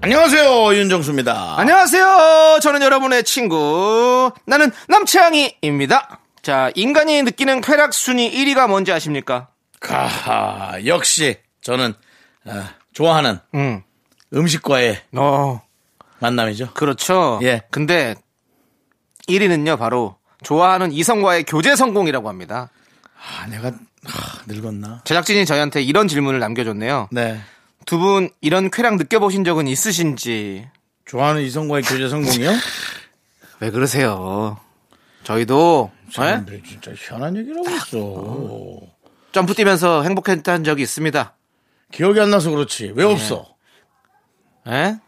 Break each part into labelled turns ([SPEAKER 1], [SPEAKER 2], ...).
[SPEAKER 1] 안녕하세요 윤정수입니다.
[SPEAKER 2] 아. 안녕하세요. 저는 여러분의 친구. 나는 남채양이입니다. 자, 인간이 느끼는 쾌락 순위 1위가 뭔지 아십니까?
[SPEAKER 1] 가하, 역시 저는 아, 좋아하는
[SPEAKER 2] 음.
[SPEAKER 1] 음식과의
[SPEAKER 2] 어,
[SPEAKER 1] 만남이죠.
[SPEAKER 2] 그렇죠.
[SPEAKER 1] 예.
[SPEAKER 2] 근데 1위는요, 바로 좋아하는 이성과의 교제 성공이라고 합니다.
[SPEAKER 1] 아, 내가 아, 늙었나?
[SPEAKER 2] 제작진이 저희한테 이런 질문을 남겨줬네요.
[SPEAKER 1] 네.
[SPEAKER 2] 두 분 이런 쾌락 느껴보신 적은 있으신지?
[SPEAKER 1] 좋아하는 이성과의 교제 성공이요?
[SPEAKER 2] 왜 그러세요? 저희도 예?
[SPEAKER 1] 근데 진짜 희한한 얘기를 하고 있어.
[SPEAKER 2] 점프 뛰면서 행복했던 적이 있습니다.
[SPEAKER 1] 기억이 안 나서 그렇지. 왜 없어?
[SPEAKER 2] 예?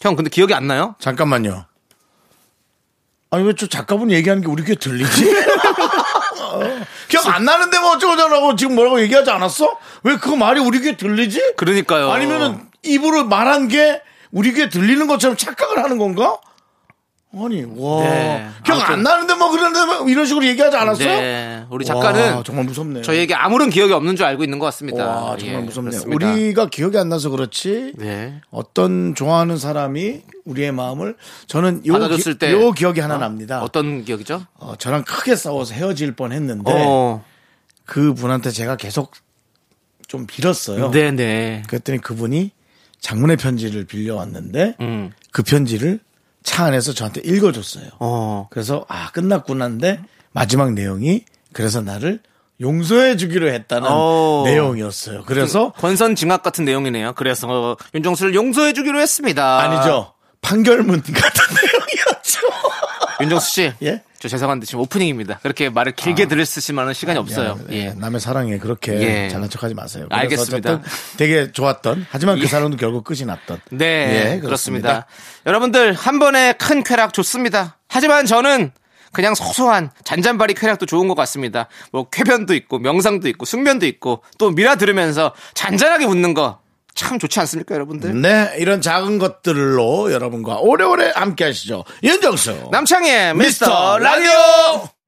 [SPEAKER 2] 형, 근데 기억이 안 나요?
[SPEAKER 1] 잠깐만요. 아니 왜 저 작가분 얘기하는 게 우리 귀에 들리지? 어, 기억 안 나는데 뭐 어쩌고저쩌고 지금 뭐라고 얘기하지 않았어? 왜 그 말이 우리 귀에 들리지?
[SPEAKER 2] 그러니까요.
[SPEAKER 1] 아니면은 입으로 말한 게 우리 귀에 들리는 것처럼 착각을 하는 건가? 아니 와
[SPEAKER 2] 네.
[SPEAKER 1] 기억
[SPEAKER 2] 아무튼.
[SPEAKER 1] 안 나는데 뭐 그런데 뭐 이런 식으로 얘기하지 않았어요?
[SPEAKER 2] 네, 우리 작가는
[SPEAKER 1] 와, 정말 무섭네.
[SPEAKER 2] 저희에게 아무런 기억이 없는 줄 알고 있는 것 같습니다.
[SPEAKER 1] 와 정말
[SPEAKER 2] 예,
[SPEAKER 1] 무섭네요.
[SPEAKER 2] 그렇습니다.
[SPEAKER 1] 우리가 기억이 안 나서 그렇지.
[SPEAKER 2] 네.
[SPEAKER 1] 어떤 좋아하는 사람이 우리의 마음을 저는 요,
[SPEAKER 2] 받아줬을
[SPEAKER 1] 기,
[SPEAKER 2] 때
[SPEAKER 1] 요 기억이 하나
[SPEAKER 2] 어?
[SPEAKER 1] 납니다.
[SPEAKER 2] 어떤 기억이죠?
[SPEAKER 1] 어, 저랑 크게 싸워서 헤어질 뻔했는데
[SPEAKER 2] 어,
[SPEAKER 1] 그 분한테 제가 계속 좀 빌었어요.
[SPEAKER 2] 네네.
[SPEAKER 1] 그랬더니 그분이 장문의 편지를 빌려왔는데
[SPEAKER 2] 음.
[SPEAKER 1] 그 편지를 차 안에서 저한테 읽어줬어요.
[SPEAKER 2] 어,
[SPEAKER 1] 그래서 아 끝났구나인데 마지막 내용이 그래서 나를 용서해 주기로 했다는
[SPEAKER 2] 어.
[SPEAKER 1] 내용이었어요. 그래서
[SPEAKER 2] 권선징악 같은 내용이네요. 그래서 어, 윤정수를 용서해주기로 했습니다.
[SPEAKER 1] 아니죠 판결문 같은 내용이었죠.
[SPEAKER 2] 윤정수 씨,
[SPEAKER 1] 예? 아.
[SPEAKER 2] 저 죄송한데 지금 오프닝입니다. 그렇게 말을 길게 들으실 만한 시간이 없어요.
[SPEAKER 1] 미안합니다.
[SPEAKER 2] 예.
[SPEAKER 1] 예, 남의 사랑에 그렇게
[SPEAKER 2] 예.
[SPEAKER 1] 잘난 척하지 마세요. 그래서
[SPEAKER 2] 알겠습니다. 예.
[SPEAKER 1] 어쨌든 되게 좋았던 하지만 그 사람도 결국 끝이 났던.
[SPEAKER 2] 네,
[SPEAKER 1] 예,
[SPEAKER 2] 그렇습니다. 여러분들 한 번에 큰 쾌락 좋습니다. 하지만 저는 그냥 소소한 잔잔바리 쾌락도 좋은 것 같습니다. 뭐 쾌변도 있고 명상도 있고 숙면도 있고 또 미라 들으면서 잔잔하게 웃는 거 참 좋지 않습니까, 여러분들?
[SPEAKER 1] 네, 이런 작은 것들로 여러분과 오래오래 함께 하시죠. 윤정수.
[SPEAKER 2] 남창희의 미스터 라디오.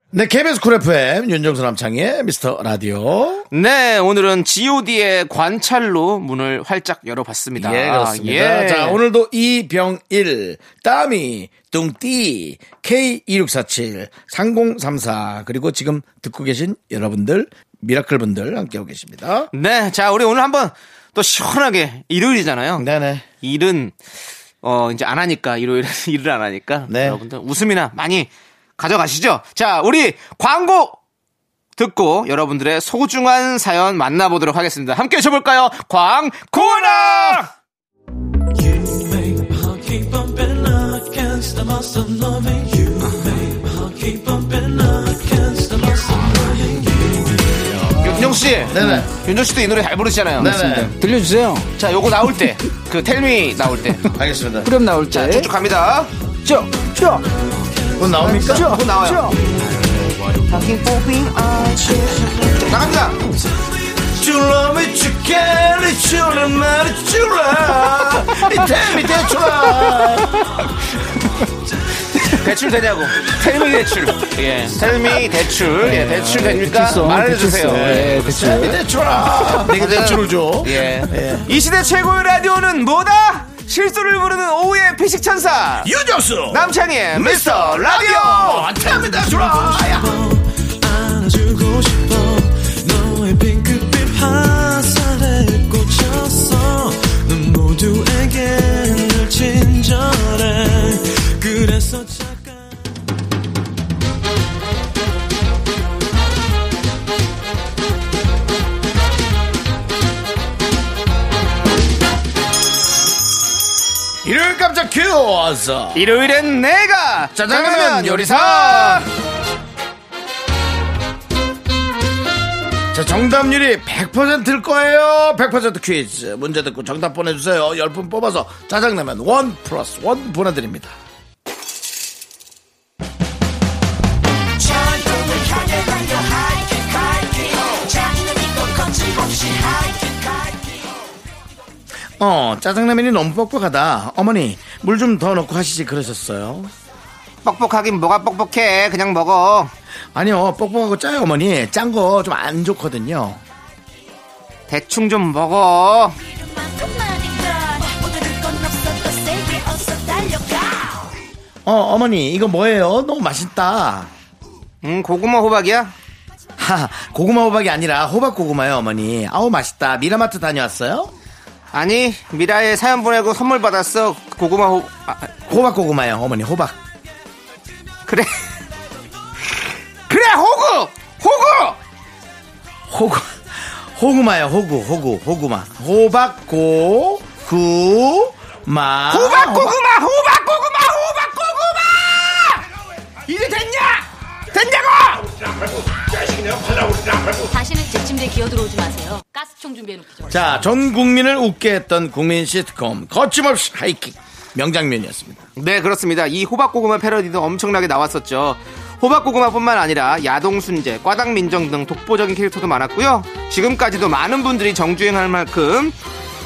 [SPEAKER 1] 네, KBS 쿨 FM 윤정수 남창희의 미스터 라디오.
[SPEAKER 2] 네, 오늘은 G.O.D의 관찰로 문을 활짝 열어봤습니다.
[SPEAKER 1] 예, 그렇습니다.
[SPEAKER 2] 아, 예.
[SPEAKER 1] 자, 오늘도 이병일, 따미, 뚱띠, K2647, 3034, 그리고 지금 듣고 계신 여러분들, 미라클 분들 함께하고 계십니다.
[SPEAKER 2] 네, 자 우리 오늘 한번 또 시원하게 일요일이잖아요.
[SPEAKER 1] 네네.
[SPEAKER 2] 일은 어 이제 안 하니까 일요일에 일을 안 하니까
[SPEAKER 1] 네.
[SPEAKER 2] 여러분들 웃음이나 많이 가져가시죠. 자, 우리 광고 듣고 여러분들의 소중한 사연 만나보도록 하겠습니다. 함께 해줘볼까요? 광고라!
[SPEAKER 3] You make my heart keep bumping, I can't stop myself loving you. Make my heart keep bumping, I can't stop myself loving you.
[SPEAKER 2] 윤정 씨,
[SPEAKER 1] 네네.
[SPEAKER 2] 윤정 씨도 이 노래 잘 부르시잖아요.
[SPEAKER 1] 네네.
[SPEAKER 4] 들려주세요.
[SPEAKER 2] 자, 요거 나올 때, 그 텔미 나올 때,
[SPEAKER 1] 알겠습니다.
[SPEAKER 4] 그럼 나올 때.
[SPEAKER 2] 쭉쭉 갑니다.
[SPEAKER 4] 쭉, 쭉,
[SPEAKER 1] 그건 나옵니까?
[SPEAKER 4] 쭉,
[SPEAKER 2] 쭉 나와요.
[SPEAKER 4] 쭉.
[SPEAKER 2] 나갑니다.
[SPEAKER 1] You love me, you care, it's you love me, it's you love. It's me, it's you love.
[SPEAKER 2] 대출 되냐고. 텔미 대출. 예. 텔미 대출. 예, 대출
[SPEAKER 4] 네.
[SPEAKER 2] 됩니까?
[SPEAKER 4] 대출성,
[SPEAKER 2] 말해주세요.
[SPEAKER 4] 어,
[SPEAKER 2] 네, 그렇죠.
[SPEAKER 4] 대출성. 예, 대출. 네.
[SPEAKER 1] It's you love. 내가 네, 그 대출을 줘.
[SPEAKER 2] 예. 이 시대 최고의 라디오는 뭐다? 실수를 부르는 오후의 피식천사
[SPEAKER 1] 유정수
[SPEAKER 2] 남창희의 미스터 라디오
[SPEAKER 1] 라디오 탑니다 좋아요
[SPEAKER 3] 안아주고 싶어 너의 핑크빛 화살에 꽂혔어 넌 모두에게 늘 친절해 그래서 잠깐
[SPEAKER 1] 일요일 깜짝 퀴즈
[SPEAKER 2] 일요일엔 내가
[SPEAKER 1] 짜장라면 요리사 자, 정답률이 100%일 거예요. 100% 퀴즈. 문제 듣고 정답 보내주세요. 10분 뽑아서 짜장라면 원 플러스 원 보내드립니다. 어, 짜장라면이 너무 뻑뻑하다. 어머니, 물 좀 더 넣고 하시지 그러셨어요.
[SPEAKER 2] 뻑뻑하긴 뭐가 뻑뻑해. 그냥 먹어.
[SPEAKER 1] 아니요, 뻑뻑하고 짜요, 어머니. 짠 거 좀 안 좋거든요.
[SPEAKER 2] 대충 좀 먹어.
[SPEAKER 1] 어, 어머니, 이거 뭐예요? 너무 맛있다.
[SPEAKER 2] 음, 고구마 호박이야?
[SPEAKER 1] 하, 고구마 호박이 아니라 호박 고구마요, 어머니. 아우, 맛있다. 미라마트 다녀왔어요?
[SPEAKER 2] 아니, 미라에 사연 보내고 선물 받았어. 고구마 호, 아,
[SPEAKER 1] 호박 고구마요, 어머니, 호박.
[SPEAKER 2] 그래. 그래, 호구! 호구!
[SPEAKER 1] 호구, 호구마요, 호구, 호구, 호구마. 호박 고, 구, 마.
[SPEAKER 2] 호박 고구마! 호박 고구마! 호박 고구마! 이제 됐냐? 됐냐고!
[SPEAKER 5] 다시는 제 침대에 기어들어오지 마세요. 가스총 준비해 놓기죠.
[SPEAKER 1] 자, 전 국민을 웃게 했던 국민 시트콤. 거침없이 하이킥. 명장면이었습니다.
[SPEAKER 2] 네, 그렇습니다. 이 호박 고구마 패러디도 엄청나게 나왔었죠. 호박 고구마뿐만 아니라 야동 순재, 꽈당 민정 등 독보적인 캐릭터도 많았고요. 지금까지도 많은 분들이 정주행할 만큼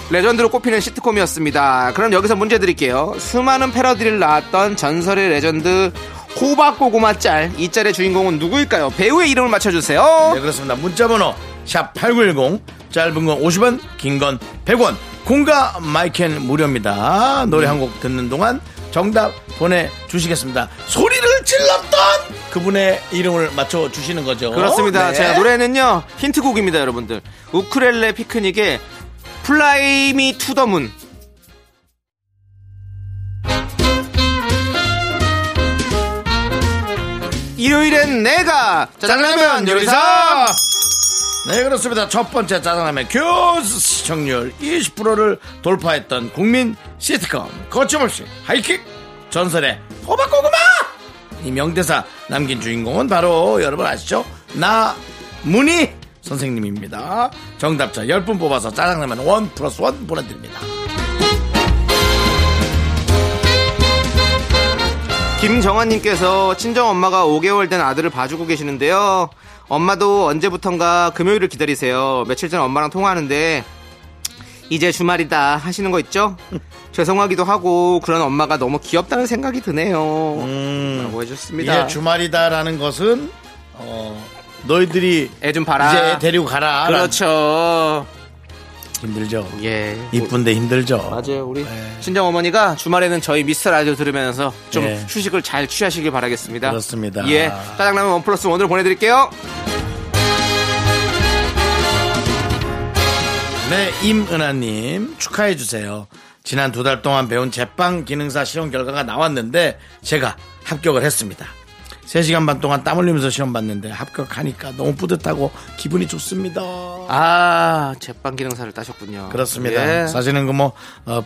[SPEAKER 2] 레전드로 꼽히는 시트콤이었습니다. 그럼 여기서 문제 드릴게요. 수많은 패러디를 낳았던 전설의 레전드 호박 고구마 짤. 이 짤의 주인공은 누구일까요? 배우의 이름을 맞춰주세요.
[SPEAKER 1] 네, 그렇습니다. 문자번호, 샵8910, 짧은 건 50원, 긴 건 100원, 공과 마이켄 무료입니다. 노래
[SPEAKER 2] 네.
[SPEAKER 1] 한 곡 듣는 동안 정답 보내주시겠습니다. 소리를 질렀던 그분의 이름을 맞춰주시는 거죠.
[SPEAKER 2] 그렇습니다.
[SPEAKER 1] 네.
[SPEAKER 2] 제가 노래는요 힌트곡입니다, 여러분들. 우크렐레 피크닉의 플라이 미 투 더 문. 일요일엔 내가 짜장라면 요리사.
[SPEAKER 1] 네, 그렇습니다. 첫 번째 짜장라면 교수 시청률 20%를 돌파했던 국민 시트콤. 거침없이 하이킥! 전설의 호박고구마! 이 명대사 남긴 주인공은 바로 여러분 아시죠? 나, 문희 선생님입니다. 정답자 10분 뽑아서 짜장라면 원 플러스 원 보내드립니다.
[SPEAKER 2] 김정환님께서 친정 엄마가 5개월 된 아들을 봐주고 계시는데요. 엄마도 언제부턴가 금요일을 기다리세요. 며칠 전 엄마랑 통화하는데 이제 주말이다 하시는 거 있죠? 죄송하기도 하고 그런 엄마가 너무 귀엽다는 생각이 드네요. 라고 해주셨습니다.
[SPEAKER 1] 음. 이제 주말이다라는 것은, 어, 너희들이
[SPEAKER 2] 애 좀 봐라.
[SPEAKER 1] 이제 데리고 가라.
[SPEAKER 2] 그렇죠.
[SPEAKER 1] 힘들죠.
[SPEAKER 2] 예.
[SPEAKER 1] 이쁜데 네. 힘들죠.
[SPEAKER 2] 맞아요. 우리 친정 어머니가 주말에는 저희 미스터 라디오 들으면서 좀
[SPEAKER 1] 예.
[SPEAKER 2] 휴식을 잘 취하시길 바라겠습니다.
[SPEAKER 1] 그렇습니다.
[SPEAKER 2] 예. 짜장라면 원 플러스 원으로 보내드릴게요.
[SPEAKER 1] 네, 임은하님 축하해주세요. 지난 두 달 동안 배운 제빵 기능사 시험 결과가 나왔는데 제가 합격을 했습니다. 세시간반 동안 땀 흘리면서 시험 봤는데 합격하니까 너무 뿌듯하고 기분이 좋습니다.
[SPEAKER 2] 아, 제빵 기능사를 따셨군요.
[SPEAKER 1] 그렇습니다.
[SPEAKER 2] 예.
[SPEAKER 1] 사실은 그 뭐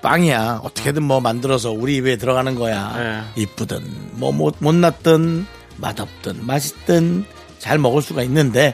[SPEAKER 1] 빵이야 어떻게든 뭐 만들어서 우리 입에 들어가는 거야.
[SPEAKER 2] 예.
[SPEAKER 1] 이쁘든 뭐 못, 못났든 맛없든 맛있든 잘 먹을 수가 있는데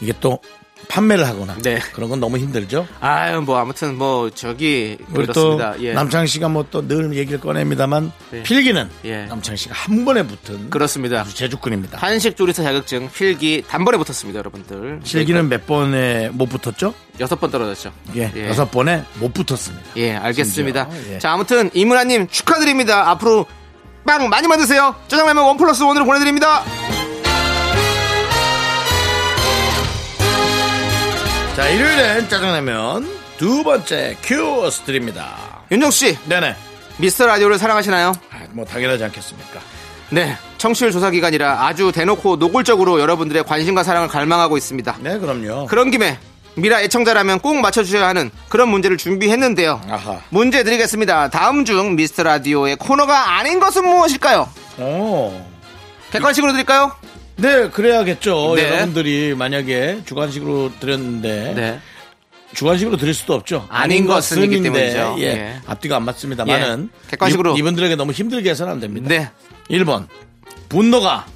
[SPEAKER 1] 이게 또 판매를 하거나
[SPEAKER 2] 네.
[SPEAKER 1] 그런 건 너무 힘들죠.
[SPEAKER 2] 아유, 뭐 아무튼 뭐 저기
[SPEAKER 1] 우리 또
[SPEAKER 2] 그렇습니다. 예.
[SPEAKER 1] 남창 씨가 뭐 또 늘 얘기를 꺼냅니다만
[SPEAKER 2] 네.
[SPEAKER 1] 필기는
[SPEAKER 2] 예.
[SPEAKER 1] 남창 씨가 한 번에 붙은
[SPEAKER 2] 그렇습니다.
[SPEAKER 1] 아주 제주꾼입니다.
[SPEAKER 2] 한식 조리사 자격증 필기 단번에 붙었습니다, 여러분들.
[SPEAKER 1] 실기는
[SPEAKER 2] 네.
[SPEAKER 1] 몇 번에 못 붙었죠?
[SPEAKER 2] 여섯 번 떨어졌죠.
[SPEAKER 1] 예, 여섯 번에 못 붙었습니다.
[SPEAKER 2] 예, 알겠습니다.
[SPEAKER 1] 심지어, 예.
[SPEAKER 2] 자, 아무튼 이문아님 축하드립니다. 앞으로 빵 많이 만드세요. 짜장라면 원 플러스 원으로 보내드립니다. 예.
[SPEAKER 1] 자, 일요일엔 짜장라면 두 번째 큐스 드립니다.
[SPEAKER 2] 윤정 씨,
[SPEAKER 1] 네네.
[SPEAKER 2] 미스터 라디오를 사랑하시나요?
[SPEAKER 1] 아, 뭐 당연하지 않겠습니까?
[SPEAKER 2] 네, 청취율 조사 기간이라 아주 대놓고 노골적으로 여러분들의 관심과 사랑을 갈망하고 있습니다.
[SPEAKER 1] 네, 그럼요.
[SPEAKER 2] 그런 김에 미라 애청자라면 꼭 맞춰주셔야 하는 그런 문제를 준비했는데요.
[SPEAKER 1] 아하.
[SPEAKER 2] 문제 드리겠습니다. 다음 중 미스터 라디오의 코너가 아닌 것은 무엇일까요?
[SPEAKER 1] 오.
[SPEAKER 2] 객관식으로 드릴까요?
[SPEAKER 1] 어. 네, 그래야겠죠.
[SPEAKER 2] 네.
[SPEAKER 1] 여러분들이 만약에 주관식으로 드렸는데 주관식으로 드릴 수도 없죠.
[SPEAKER 2] 아닌 것은이기 때문이죠.
[SPEAKER 1] 예.
[SPEAKER 2] 예.
[SPEAKER 1] 앞뒤가 안 맞습니다만은
[SPEAKER 2] 예. 객관식으로.
[SPEAKER 1] 이- 이분들에게 너무 힘들게 해서는 안 됩니다.
[SPEAKER 2] 네.
[SPEAKER 1] 1번 분노가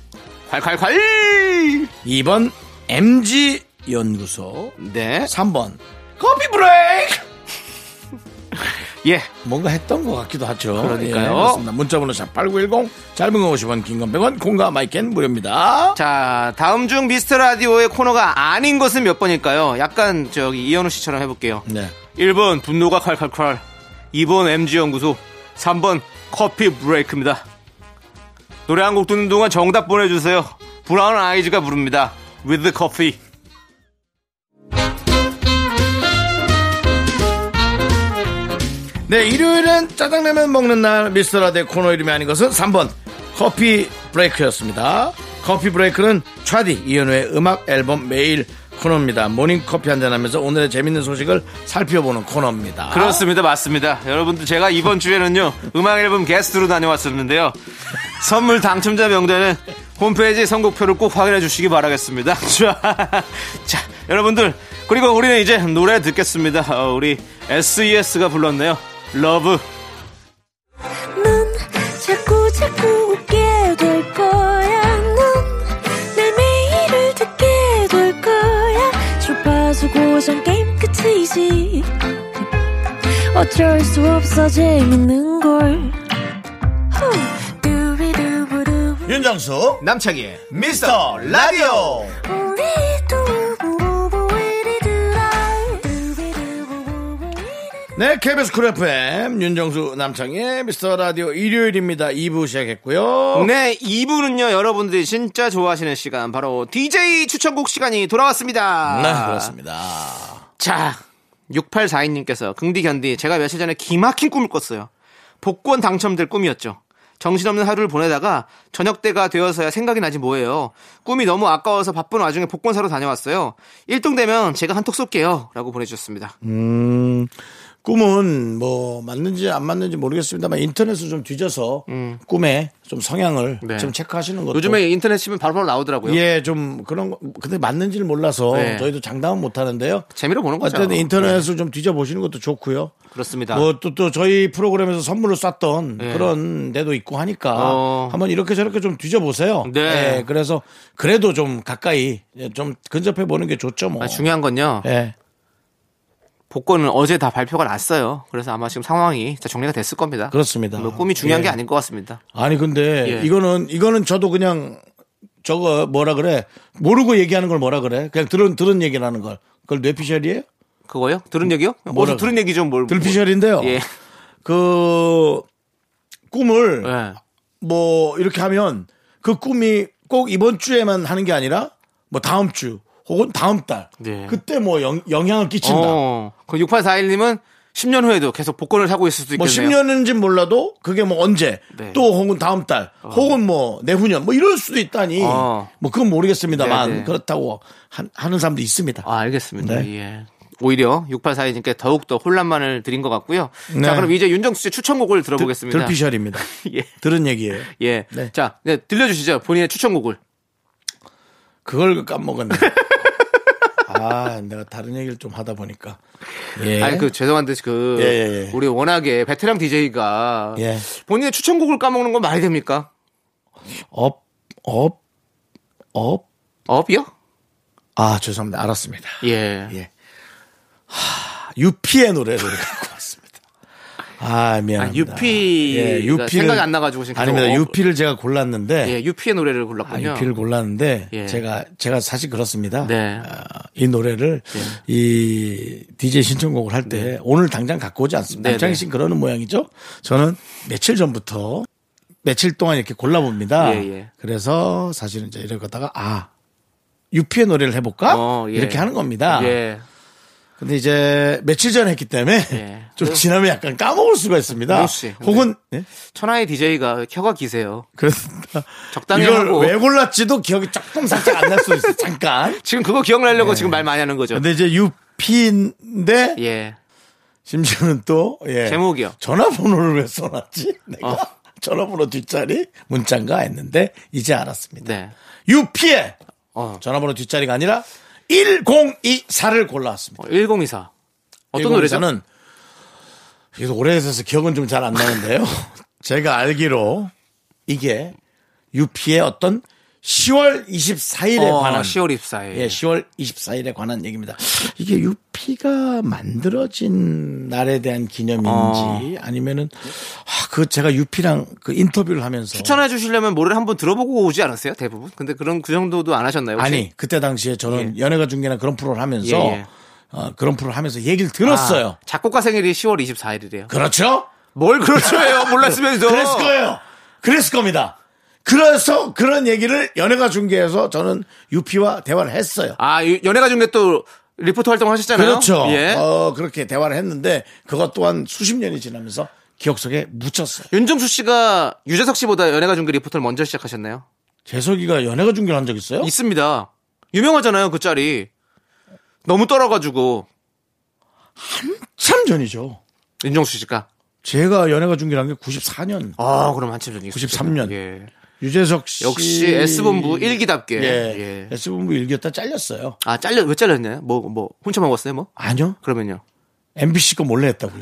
[SPEAKER 2] 콸콸콸!
[SPEAKER 1] 2번 MG 연구소.
[SPEAKER 2] 네.
[SPEAKER 1] 3번. 커피 브레이크!
[SPEAKER 2] 예.
[SPEAKER 1] 뭔가 했던 것 같기도 하죠.
[SPEAKER 2] 그러니까요.
[SPEAKER 1] 예, 그렇습니다. 문자번호 샵8910, 짧은 거 50원, 긴 건 100원, 공과 마이캔 무료입니다.
[SPEAKER 2] 자, 다음 중 미스터 라디오의 코너가 아닌 것은 몇 번일까요? 약간 저기 이현우 씨처럼 해볼게요.
[SPEAKER 1] 네.
[SPEAKER 2] 1번 분노가 칼칼칼 2번 MG연구소 3번 커피 브레이크입니다 노래 한 곡 듣는 동안 정답 보내주세요 브라운 아이즈가 부릅니다 With the Coffee
[SPEAKER 1] 네, 일요일엔 짜장라면 먹는 날 미스터 라디오 코너 이름이 아닌 것은 3번 커피 브레이크였습니다. 커피 브레이크는 차디 이현우의 음악 앨범 매일 코너입니다. 모닝 커피 한잔 하면서 오늘의 재밌는 소식을 살펴보는 코너입니다.
[SPEAKER 2] 그렇습니다 맞습니다 여러분들 제가 이번 주에는요 음악 앨범 게스트로 다녀왔었는데요 선물 당첨자 명단은 홈페이지 선곡표를 꼭 확인해 주시기 바라겠습니다 자, 자 여러분들 그리고 우리는 이제 노래 듣겠습니다 어, 우리 SES가 불렀네요 러브
[SPEAKER 6] 넌 자꾸 자꾸 웃게 될 거야. 넌내 매일을 듣게 될 거야. 주파수 고정 게임 끝이지. 어쩔 수 없어 재밌는 걸. 후. 두비두부두부.
[SPEAKER 1] 윤정수
[SPEAKER 2] 남창희의
[SPEAKER 1] 미스터 라디오
[SPEAKER 6] 우리 두부부부 우리 두라. 두비두부부부 우리
[SPEAKER 1] 네, KBS 쿨 FM 윤정수 남창의 미스터 라디오 일요일입니다. 2부 시작했고요.
[SPEAKER 2] 네, 2부는요, 여러분들이 진짜 좋아하시는 시간, 바로 DJ 추천곡 시간이 돌아왔습니다.
[SPEAKER 1] 네, 그렇습니다.
[SPEAKER 2] 자, 6842님께서, 긍디 견디, 제가 며칠 전에 기막힌 꿈을 꿨어요. 복권 당첨될 꿈이었죠. 정신없는 하루를 보내다가 저녁 때가 되어서야 생각이 나지 뭐예요. 꿈이 너무 아까워서 바쁜 와중에 복권 사러 다녀왔어요. 1등 되면 제가 한턱 쏠게요. 라고 보내주셨습니다.
[SPEAKER 1] 뭐, 꿈은 뭐 맞는지 안 맞는지 모르겠습니다만 인터넷을 좀 뒤져서 꿈에 좀 성향을
[SPEAKER 2] 음. 네.
[SPEAKER 1] 좀 체크하시는 것도
[SPEAKER 2] 요즘에 인터넷 치면 바로바로 나오더라고요.
[SPEAKER 1] 예, 좀 그런 거 근데 맞는지를 몰라서
[SPEAKER 2] 네.
[SPEAKER 1] 저희도 장담은 못 하는데요.
[SPEAKER 2] 재미로 보는 거죠. 네.
[SPEAKER 1] 어쨌든 인터넷을 좀 뒤져 보시는 것도 좋고요.
[SPEAKER 2] 그렇습니다.
[SPEAKER 1] 뭐 또 또 저희 프로그램에서 선물을 쐈던
[SPEAKER 2] 네.
[SPEAKER 1] 그런 데도 있고 하니까
[SPEAKER 2] 어.
[SPEAKER 1] 한번 이렇게 저렇게 좀 뒤져 보세요.
[SPEAKER 2] 네.
[SPEAKER 1] 예, 그래서 그래도 좀 가까이 예, 좀 근접해 보는 게 좋죠, 뭐.
[SPEAKER 2] 아, 중요한 건요.
[SPEAKER 1] 예.
[SPEAKER 2] 복권은 어제 다 발표가 났어요. 그래서 아마 지금 상황이 다 정리가 됐을 겁니다.
[SPEAKER 1] 그렇습니다.
[SPEAKER 2] 뭐 꿈이 중요한
[SPEAKER 1] 예.
[SPEAKER 2] 게 아닌 것 같습니다.
[SPEAKER 1] 아니 근데
[SPEAKER 2] 예.
[SPEAKER 1] 이거는 이거는 저도 그냥 저거 뭐라 그래 모르고 얘기하는 걸 뭐라 그래 그냥 들은 들은 얘기라는 걸 그걸 뇌피셜이에요
[SPEAKER 2] 그거요? 들은 얘기요?
[SPEAKER 1] 음, 뭐라고?
[SPEAKER 2] 어디 들은 얘기 좀 뭘?
[SPEAKER 1] 들피셜인데요
[SPEAKER 2] 예.
[SPEAKER 1] 그 꿈을
[SPEAKER 2] 예.
[SPEAKER 1] 뭐 이렇게 하면 그 꿈이 꼭 이번 주에만 하는 게 아니라 뭐 다음 주 혹은 다음 달
[SPEAKER 2] 네.
[SPEAKER 1] 그때 뭐 영, 영향을 끼친다
[SPEAKER 2] 어. 그 6841님은 10년 후에도 계속 복권을 사고 있을 수도
[SPEAKER 1] 뭐
[SPEAKER 2] 있겠네요.
[SPEAKER 1] 10년인지 몰라도 그게 뭐 언제
[SPEAKER 2] 네.
[SPEAKER 1] 또 혹은 다음 달 혹은 뭐 내후년 뭐 이럴 수도 있다니
[SPEAKER 2] 어.
[SPEAKER 1] 뭐 그건 모르겠습니다만
[SPEAKER 2] 네, 네.
[SPEAKER 1] 그렇다고 한- 하는 사람도 있습니다.
[SPEAKER 2] 아, 알겠습니다.
[SPEAKER 1] 네.
[SPEAKER 2] 예. 오히려 6842님께 더욱더 혼란만을 드린 것 같고요.
[SPEAKER 1] 네.
[SPEAKER 2] 자, 그럼 이제 윤정수 씨 추천곡을 들어보겠습니다.
[SPEAKER 1] 들피셜입니다.
[SPEAKER 2] 예.
[SPEAKER 1] 들은 얘기예요.
[SPEAKER 2] 예.
[SPEAKER 1] 네.
[SPEAKER 2] 자, 네, 들려주시죠. 본인의 추천곡을.
[SPEAKER 1] 그걸 까먹었네. 아, 내가 다른 얘기를 좀 하다 보니까. 예.
[SPEAKER 2] 아니, 그, 죄송한데, 그,
[SPEAKER 1] 예, 예, 예.
[SPEAKER 2] 우리 워낙에 베테랑 DJ가
[SPEAKER 1] 예.
[SPEAKER 2] 본인의 추천곡을 까먹는 건 말이 됩니까?
[SPEAKER 1] 업, 업, 업.
[SPEAKER 2] 업이요?
[SPEAKER 1] 아, 죄송합니다. 알았습니다.
[SPEAKER 2] 예.
[SPEAKER 1] 예. 유피의 노래를 갖고 왔습니다. 아, 미안합니다. 예,
[SPEAKER 2] 아, 유피. 생각이 안 나가지고 지금 계속
[SPEAKER 1] 아닙니다.
[SPEAKER 2] 어-
[SPEAKER 1] 유피를 제가 골랐는데.
[SPEAKER 2] 예, 유피의 노래를
[SPEAKER 1] 아,
[SPEAKER 2] 골랐군요.
[SPEAKER 1] 유피를 골랐는데
[SPEAKER 2] 예.
[SPEAKER 1] 제가 제가 사실 그렇습니다.
[SPEAKER 2] 네. 예.
[SPEAKER 1] 아, 이 노래를 이 DJ 신청곡을 할 때 오늘 당장 갖고 오지 않습니다.
[SPEAKER 2] 네,
[SPEAKER 1] 남창희
[SPEAKER 2] 네.
[SPEAKER 1] 씨는 그러는 모양이죠. 저는 며칠 전부터 며칠 동안 이렇게 골라봅니다.
[SPEAKER 2] 예, 예.
[SPEAKER 1] 그래서 사실은 이제 이러다가 아 유피의 노래를 해볼까
[SPEAKER 2] 어, 예.
[SPEAKER 1] 이렇게 하는 겁니다.
[SPEAKER 2] 예.
[SPEAKER 1] 근데 이제 며칠 전에 했기 때문에
[SPEAKER 2] 예.
[SPEAKER 1] 좀 지나면 약간 까먹을 수가 있습니다.
[SPEAKER 2] 혹시, 근데-
[SPEAKER 1] 혹은 예?
[SPEAKER 2] 천하의 DJ가 혀가 기세요.
[SPEAKER 1] 그렇습니다.
[SPEAKER 2] 적당히
[SPEAKER 1] 이걸
[SPEAKER 2] 하고.
[SPEAKER 1] 왜 골랐지도 기억이 조금 살짝 안 날 수 있어요. 잠깐.
[SPEAKER 2] 지금 그거 기억나려고 지금 말 많이 하는 거죠.
[SPEAKER 1] 예. 근데 이제 유피인데
[SPEAKER 2] 예.
[SPEAKER 1] 심지어는 또 예.
[SPEAKER 2] 제목이요.
[SPEAKER 1] 전화번호를 왜 써놨지? 내가
[SPEAKER 2] 어.
[SPEAKER 1] 전화번호 뒷자리 문자인가 했는데 이제 알았습니다.
[SPEAKER 2] 네.
[SPEAKER 1] 유피의
[SPEAKER 2] 어.
[SPEAKER 1] 전화번호 뒷자리가 아니라 1024를 골라왔습니다.
[SPEAKER 2] 어, 1024. 어떤 노래죠?
[SPEAKER 1] 는 이게 오래돼서 기억은 좀 잘 안 나는데요. 제가 알기로 이게 유피의 어떤 10월 24일에
[SPEAKER 2] 어,
[SPEAKER 1] 관한
[SPEAKER 2] 10월 24일.
[SPEAKER 1] 예, 10월 24일에 관한 얘기입니다. 이게 유피가 만들어진 날에 대한 기념인지
[SPEAKER 2] 어.
[SPEAKER 1] 아니면은 아, 그 제가 유피랑 그 인터뷰를 하면서
[SPEAKER 2] 추천해 주시려면 노래를 한번 들어보고 오지 않았어요? 대부분? 근데 그런 그 정도도 안 하셨나요? 혹시?
[SPEAKER 1] 아니 그때 당시에 저는 연예가 중계나 그런 프로를 하면서
[SPEAKER 2] 예, 예.
[SPEAKER 1] 어, 그런 프로를 하면서 얘기를
[SPEAKER 2] 아,
[SPEAKER 1] 들었어요.
[SPEAKER 2] 작곡가 생일이 10월 24일이래요.
[SPEAKER 1] 그렇죠?
[SPEAKER 2] 뭘 그렇죠 해요? 몰랐으면서.
[SPEAKER 1] 그랬을 거예요. 그랬을 겁니다. 그래서 그런 얘기를 연예가 중계에서 저는 유피와 대화를 했어요.
[SPEAKER 2] 아, 유- 연예가 중에 또 리포터 활동 하셨잖아요.
[SPEAKER 1] 그렇죠.
[SPEAKER 2] 예.
[SPEAKER 1] 어, 그렇게 대화를 했는데 그것 또한 수십 년이 지나면서 기억 속에 묻혔어요.
[SPEAKER 2] 윤정수 씨가 유재석 씨보다 연예가 중계 리포터를 먼저 시작하셨나요?
[SPEAKER 1] 재석이가 연예가 중계를 한 적 있어요?
[SPEAKER 2] 있습니다. 유명하잖아요, 그 짤이. 너무 떨어가지고
[SPEAKER 1] 참 전이죠.
[SPEAKER 2] 윤정수 씨가.
[SPEAKER 1] 제가 연예가 중계를 한 게 94년.
[SPEAKER 2] 아, 그럼 한참 전이
[SPEAKER 1] 93 년.
[SPEAKER 2] 예.
[SPEAKER 1] 유재석 씨.
[SPEAKER 2] 역시 S본부 일기답게.
[SPEAKER 1] 예.
[SPEAKER 2] 예.
[SPEAKER 1] S본부 일기였다 잘렸어요.
[SPEAKER 2] 아, 잘려 왜 잘렸나요? 뭐 뭐 혼자 먹었어요, 뭐?
[SPEAKER 1] 아니요.
[SPEAKER 2] 그러면요.
[SPEAKER 1] MBC 거 몰래 했다고요.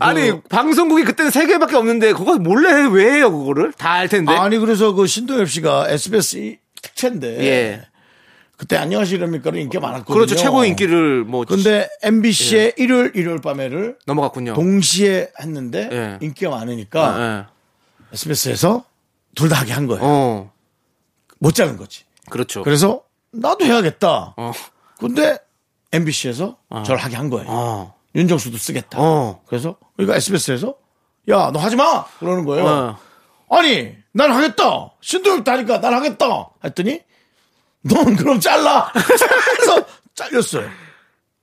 [SPEAKER 2] 아니, 방송국이 그때는 세 개밖에 없는데 그거 몰래 왜 해요, 그거를? 다 알 텐데.
[SPEAKER 1] 아니 그래서 그 신동엽 씨가 SBS 이 특채인데
[SPEAKER 2] 예.
[SPEAKER 1] 그때 안녕하시렵니까로 인기가 많았거든요.
[SPEAKER 2] 그렇죠. 최고 인기를 예. 뭐
[SPEAKER 1] 근데 MBC의 일요일 일요일 밤에를
[SPEAKER 2] 넘어갔군요.
[SPEAKER 1] 동시에 했는데
[SPEAKER 2] 예.
[SPEAKER 1] 인기가 많으니까
[SPEAKER 2] 예.
[SPEAKER 1] SBS에서 둘 다 하게 한 거예요.
[SPEAKER 2] 어.
[SPEAKER 1] 못 자는 거지.
[SPEAKER 2] 그렇죠.
[SPEAKER 1] 그래서 나도 해야겠다.
[SPEAKER 2] 어.
[SPEAKER 1] 근데 MBC에서 저를 하게 한 거예요.
[SPEAKER 2] 어.
[SPEAKER 1] 윤정수도 쓰겠다.
[SPEAKER 2] 어.
[SPEAKER 1] 그래서 우리가 SBS에서 야 너 하지 마 그러는 거예요.
[SPEAKER 2] 어.
[SPEAKER 1] 아니 난 하겠다. 신동엽 다니까 난 하겠다. 했더니 넌 그럼 잘라. 그래서 잘렸어요.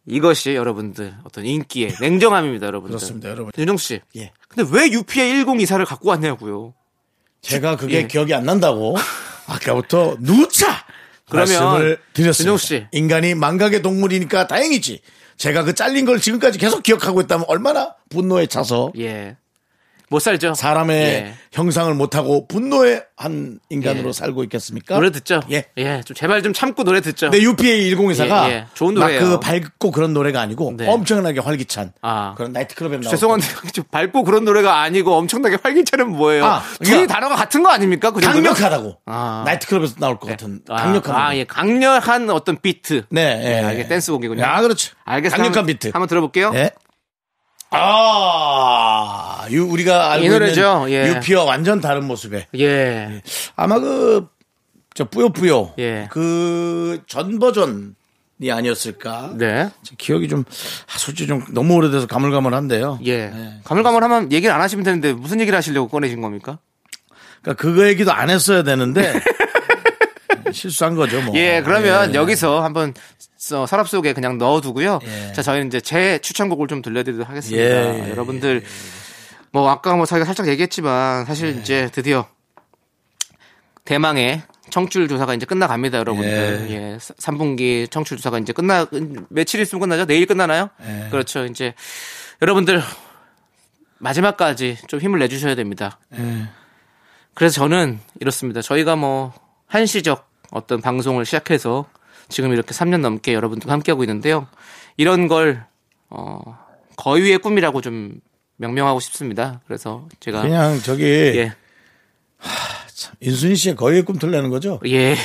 [SPEAKER 2] 이것이 여러분들 어떤 인기의 냉정함입니다, 여러분들.
[SPEAKER 1] 그렇습니다, 여러분.
[SPEAKER 2] 윤정수 씨.
[SPEAKER 1] 예.
[SPEAKER 2] 근데 왜 UPA 1024를 갖고 왔냐고요.
[SPEAKER 1] 제가 그게
[SPEAKER 2] 예.
[SPEAKER 1] 기억이 안 난다고 아까부터 누차
[SPEAKER 2] 그러면
[SPEAKER 1] 말씀을 드렸습니다.
[SPEAKER 2] 윤정수 씨.
[SPEAKER 1] 인간이 망각의 동물이니까 다행이지. 제가 그 잘린 걸 지금까지 계속 기억하고 있다면 얼마나 분노에 차서
[SPEAKER 2] 예. 못 살죠.
[SPEAKER 1] 사람의
[SPEAKER 2] 예.
[SPEAKER 1] 형상을 못하고 분노의 한 인간으로
[SPEAKER 2] 예.
[SPEAKER 1] 살고 있겠습니까?
[SPEAKER 2] 노래 듣죠.
[SPEAKER 1] 예.
[SPEAKER 2] 좀 제발 좀 참고 노래 듣죠.
[SPEAKER 1] 근데 UPA 1024가
[SPEAKER 2] 예, 예. 좋은 노래예요.
[SPEAKER 1] 막그 밝고 그런 노래가 아니고
[SPEAKER 2] 네.
[SPEAKER 1] 엄청나게 활기찬
[SPEAKER 2] 아.
[SPEAKER 1] 그런 나이트클럽에 나오고
[SPEAKER 2] 죄송한데 좀 밟고 그런 노래가 아니고 엄청나게 활기차는 뭐예요?
[SPEAKER 1] 아,
[SPEAKER 2] 둘이
[SPEAKER 1] 그러니까
[SPEAKER 2] 단어가 같은 거 아닙니까? 그 정도면?
[SPEAKER 1] 강력하다고
[SPEAKER 2] 아.
[SPEAKER 1] 나이트클럽에서 나올 것
[SPEAKER 2] 예.
[SPEAKER 1] 같은
[SPEAKER 2] 아,
[SPEAKER 1] 강력한
[SPEAKER 2] 아,
[SPEAKER 1] 노래.
[SPEAKER 2] 예. 강력한 어떤 비트.
[SPEAKER 1] 네, 예.
[SPEAKER 2] 아, 이게 댄스곡이군요.
[SPEAKER 1] 아, 그렇죠.
[SPEAKER 2] 알겠습니다.
[SPEAKER 1] 강력한
[SPEAKER 2] 한번- 네.
[SPEAKER 1] 비트.
[SPEAKER 2] 한번 들어볼게요.
[SPEAKER 1] 예. 아, 유, 우리가 알고
[SPEAKER 2] 이 노래죠.
[SPEAKER 1] 있는
[SPEAKER 2] 예.
[SPEAKER 1] 유피와 완전 다른 모습에
[SPEAKER 2] 예.
[SPEAKER 1] 아마 그 저 뿌요뿌요
[SPEAKER 2] 예.
[SPEAKER 1] 그 전 버전이 아니었을까?
[SPEAKER 2] 네.
[SPEAKER 1] 제 기억이 좀 아, 솔직히 좀 너무 오래돼서 가물가물한데요.
[SPEAKER 2] 예.
[SPEAKER 1] 네.
[SPEAKER 2] 가물가물하면 얘기를 안 하시면 되는데 무슨 얘기를 하시려고 꺼내신 겁니까?
[SPEAKER 1] 그러니까 그거 얘기도 안 했어야 되는데 실수한 거죠. 뭐.
[SPEAKER 2] 예, 그러면
[SPEAKER 1] 예.
[SPEAKER 2] 여기서 한번 서- 서랍 속에 그냥 넣어두고요.
[SPEAKER 1] 예.
[SPEAKER 2] 자, 저희는 이제 제 추천곡을 좀 들려드리도록 하겠습니다. 아,
[SPEAKER 1] 예, 네. 예,
[SPEAKER 2] 여러분들, 뭐 아까 뭐 저희가 살짝 얘기했지만 사실 이제 드디어 대망의 청출 조사가 이제 끝나갑니다, 여러분들. 예. 3분기 청출 조사가 이제 끝나 며칠 있으면 끝나죠? 내일 끝나나요?
[SPEAKER 1] 예.
[SPEAKER 2] 그렇죠. 이제 여러분들 마지막까지 좀 힘을 내주셔야 됩니다.
[SPEAKER 1] 예.
[SPEAKER 2] 그래서 저는 이렇습니다. 저희가 뭐 한시적 어떤 방송을 시작해서 지금 이렇게 3년 넘게 여러분들과 함께하고 있는데요. 이런 걸 어, 거위의 꿈이라고 좀 명명하고 싶습니다. 그래서 제가
[SPEAKER 1] 그냥 저기
[SPEAKER 2] 예.
[SPEAKER 1] 인순이 씨의 거위의 꿈틀내는 거죠.
[SPEAKER 2] 예.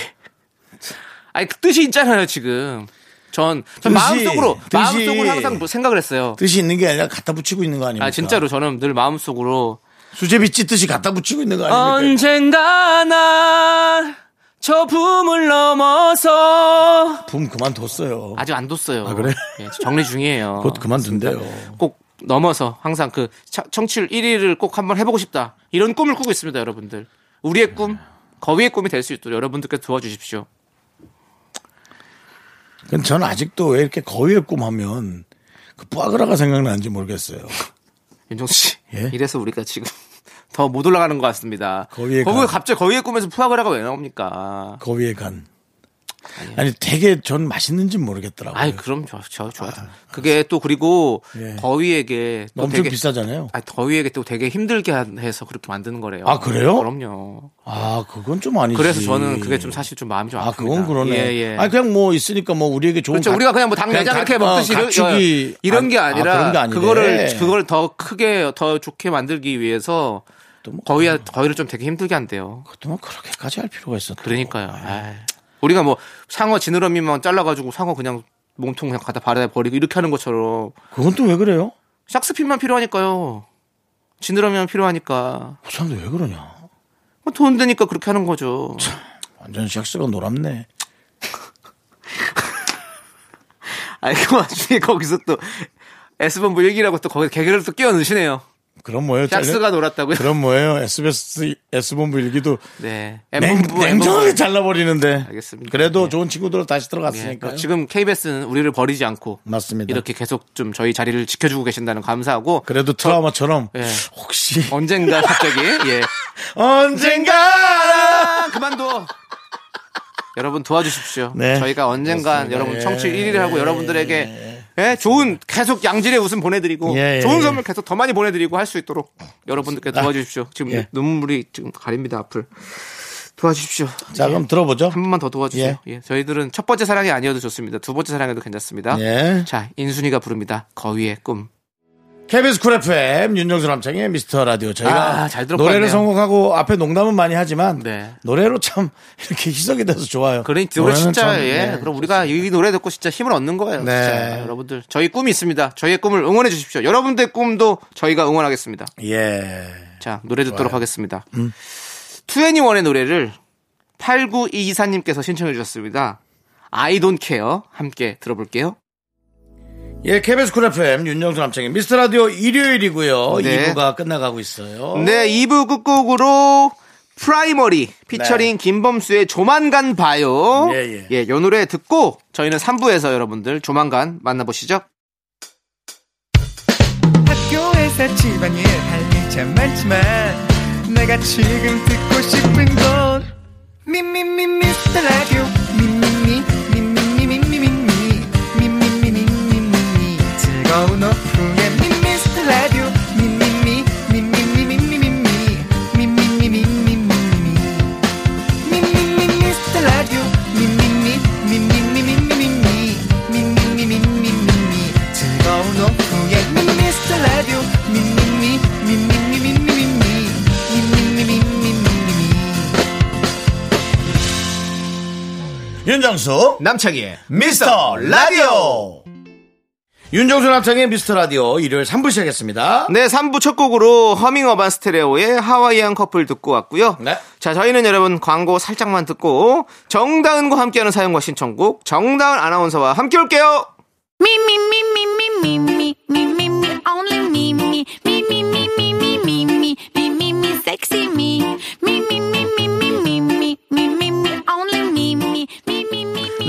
[SPEAKER 2] 아니 그 뜻이 있잖아요, 지금. 전,
[SPEAKER 1] 뜻이,
[SPEAKER 2] 전 마음속으로
[SPEAKER 1] 뜻이.
[SPEAKER 2] 마음속으로 항상 뭐 생각을 했어요.
[SPEAKER 1] 뜻이 있는 게 아니라 갖다 붙이고 있는 거 아닙니까?
[SPEAKER 2] 아 진짜로 저는 늘 마음속으로
[SPEAKER 1] 수제비 찢듯이 갖다 붙이고 있는 거 아닙니까?
[SPEAKER 2] 언젠가 날저 붐을 넘어서
[SPEAKER 1] 붐 그만뒀어요.
[SPEAKER 2] 아직 안 뒀어요.
[SPEAKER 1] 아, 그래?
[SPEAKER 2] 예, 정리 중이에요.
[SPEAKER 1] 곧 그만둔대요.
[SPEAKER 2] 꼭 넘어서 항상 그 차- 청취율 1위를 꼭 한번 해보고 싶다. 이런 꿈을 꾸고 있습니다, 여러분들. 우리의 꿈, 거위의 꿈이 될 수 있도록 여러분들께서 도와주십시오.
[SPEAKER 1] 근데 저는 아직도 왜 이렇게 거위의 꿈 하면 그 뿌아그라가 생각나는지 모르겠어요.
[SPEAKER 2] 윤종수 씨.
[SPEAKER 1] 예?
[SPEAKER 2] 이래서 우리가 지금 더 못 올라가는 것 같습니다.
[SPEAKER 1] 거위의
[SPEAKER 2] 거기
[SPEAKER 1] 간.
[SPEAKER 2] 갑자기 거위의 꿈에서 푸아그라가 왜 나옵니까?
[SPEAKER 1] 거위의 간. 아니 되게 전 맛있는지 모르겠더라고요.
[SPEAKER 2] 아이, 그럼 저, 저, 좋아. 그게 또 그리고
[SPEAKER 1] 예.
[SPEAKER 2] 거위에게 또
[SPEAKER 1] 엄청
[SPEAKER 2] 되게-
[SPEAKER 1] 비싸잖아요.
[SPEAKER 2] 아니, 거위에게 또 되게 힘들게 한- 해서 그렇게 만드는 거래요.
[SPEAKER 1] 아, 그래요?
[SPEAKER 2] 그럼요.
[SPEAKER 1] 아 그건 좀 아니지.
[SPEAKER 2] 그래서 저는 그게 좀 사실 좀 마음이 좀 아픕니다.
[SPEAKER 1] 아 그건 그러네.
[SPEAKER 2] 예, 예.
[SPEAKER 1] 아 그냥 뭐 있으니까 뭐 우리에게 좋은.
[SPEAKER 2] 그렇죠.
[SPEAKER 1] 가-
[SPEAKER 2] 우리가 그냥 뭐 당내장
[SPEAKER 1] 그냥
[SPEAKER 2] 이렇게
[SPEAKER 1] 가-
[SPEAKER 2] 먹듯이
[SPEAKER 1] 어,
[SPEAKER 2] 이런-
[SPEAKER 1] 가축이
[SPEAKER 2] 이런 게
[SPEAKER 1] 아,
[SPEAKER 2] 아니라
[SPEAKER 1] 그런 게 아니네.
[SPEAKER 2] 그거를 그걸 더 크게 더 좋게 만들기 위해서
[SPEAKER 1] 그것도 뭐,
[SPEAKER 2] 거의 거의를 좀 되게 힘들게 한대요.
[SPEAKER 1] 그것도 뭐 그렇게까지 할 필요가 있었다.
[SPEAKER 2] 그러니까요. 아이, 우리가 뭐 상어 지느러미만 잘라가지고 상어 그냥 몸통 그냥 갖다 바다에 버리고 이렇게 하는 것처럼
[SPEAKER 1] 그건 또 왜 그래요?
[SPEAKER 2] 샥스핀만 필요하니까요. 지느러미만 필요하니까
[SPEAKER 1] 그 사람들 왜 그러냐?
[SPEAKER 2] 뭐돈 되니까 그렇게 하는 거죠.
[SPEAKER 1] 완전 샥스가 노랗네.
[SPEAKER 2] 아니 그 와중에 거기서 또 S본부 1기라고 또 거기 개그를 또 끼워 넣으시네요.
[SPEAKER 1] 그런 뭐예요?
[SPEAKER 2] 샥스가 놀았다고요?
[SPEAKER 1] 그렇죠. 그런 뭐예요? SBS S본부 일기도
[SPEAKER 2] 네.
[SPEAKER 1] 냉,
[SPEAKER 2] M본부,
[SPEAKER 1] 냉정하게
[SPEAKER 2] M본부.
[SPEAKER 1] 잘라버리는데.
[SPEAKER 2] 알겠습니다.
[SPEAKER 1] 그래도
[SPEAKER 2] 예.
[SPEAKER 1] 좋은 친구들로 다시
[SPEAKER 2] 예,
[SPEAKER 1] 들어갔으니까.
[SPEAKER 2] 그러니까
[SPEAKER 1] 요 네.
[SPEAKER 2] 지금 KBS는 우리를 버리지 않고
[SPEAKER 1] 맞습니다.
[SPEAKER 2] 이렇게 계속 좀 저희 자리를 지켜주고 계신다는 감사하고
[SPEAKER 1] 그래도 트라우마처럼
[SPEAKER 2] 예.
[SPEAKER 1] 혹시
[SPEAKER 2] 언젠가 갑자기 예
[SPEAKER 1] 언젠가
[SPEAKER 2] 아, 그만둬. 여러분 도와주십시오.
[SPEAKER 1] 네.
[SPEAKER 2] 저희가 언젠간
[SPEAKER 1] 맞습니다.
[SPEAKER 2] 여러분
[SPEAKER 1] 예.
[SPEAKER 2] 청취 1위를 하고 여러분들에게 예, 좋은 계속 양질의 웃음 보내드리고
[SPEAKER 1] 예, 예,
[SPEAKER 2] 좋은
[SPEAKER 1] 예.
[SPEAKER 2] 선물 계속 더 많이 보내드리고 할 수 있도록 여러분들께 도와주십시오. 지금
[SPEAKER 1] 예.
[SPEAKER 2] 눈물이 지금 가립니다 앞을 도와주십시오.
[SPEAKER 1] 자 그럼 들어보죠.
[SPEAKER 2] 한 번만 더 도와주세요.
[SPEAKER 1] 예.
[SPEAKER 2] 예, 저희들은 첫 번째 사랑이 아니어도 좋습니다. 두 번째 사랑에도 괜찮습니다.
[SPEAKER 1] 예.
[SPEAKER 2] 자 인순이가 부릅니다. 거위의 꿈.
[SPEAKER 1] KBS 쿨 FM 윤정수 남창의 미스터 라디오 저희가
[SPEAKER 2] 아, 잘 들었고
[SPEAKER 1] 노래를
[SPEAKER 2] 왔네요.
[SPEAKER 1] 성공하고 앞에 농담은 많이 하지만
[SPEAKER 2] 네.
[SPEAKER 1] 노래로 참 이렇게 희석이 돼서 좋아요.
[SPEAKER 2] 그러니 노래
[SPEAKER 1] 노래는
[SPEAKER 2] 진짜
[SPEAKER 1] 참,
[SPEAKER 2] 예.
[SPEAKER 1] 네.
[SPEAKER 2] 그럼 우리가 이 노래 듣고 진짜 힘을 얻는 거예요.
[SPEAKER 1] 네.
[SPEAKER 2] 진짜. 여러분들 저희 꿈이 있습니다. 저희의 꿈을 응원해 주십시오. 여러분들의 꿈도 저희가 응원하겠습니다.
[SPEAKER 1] 예.
[SPEAKER 2] 자 노래 듣도록 하겠습니다.
[SPEAKER 1] 음.
[SPEAKER 2] 투애니원의 노래를 8924님께서 신청해 주셨습니다. I don't care 함께 들어볼게요.
[SPEAKER 1] 예, KBS 쿨 FM 윤정수 남창의 미스터 라디오 일요일이고요.
[SPEAKER 2] 네.
[SPEAKER 1] 2부가 끝나가고 있어요.
[SPEAKER 2] 네 2부 끝곡으로 프라이머리 피처링 김범수의 조만간 봐요.
[SPEAKER 1] 네. 예,
[SPEAKER 2] 예, 요 노래 듣고 저희는 3부에서 여러분들 조만간 만나보시죠.
[SPEAKER 7] 학교에서 집안일 할 일 참 많지만 내가 지금 듣고 싶은 건 미미미 미스터 라디오 미미미 미미미 미미미 미미미 미미미 즐거운 오후에 미스터 라디오 미미미 미미미 미미미 미미미 미미미 미미미 미스터 라디오 미미미 미미미 미미미 미미미 미미미 즐거운 오후에 미스터 라디오 미미미 미미미 미미미 미미미
[SPEAKER 1] 윤정수
[SPEAKER 2] 남창희의
[SPEAKER 1] 미스터 라디오. 윤정수 남창의 미스터 라디오 일요일 3부 시작했습니다.
[SPEAKER 2] 네, 3부 첫 곡으로 허밍어반 스테레오의 하와이안 커플 듣고 왔고요.
[SPEAKER 1] 네.
[SPEAKER 2] 자, 저희는 여러분 광고 살짝만 듣고 정다은과 함께하는 사연과 신청곡 정다은 아나운서와 함께 올게요.
[SPEAKER 6] Me, me, me, me, me, me, me, me, me, me, only me, me, me, me, me, me, me, me, me, me, me, me, sexy me. Me, me, me, me, me, me, me, me, me, me, only me, me, me, me, me, me.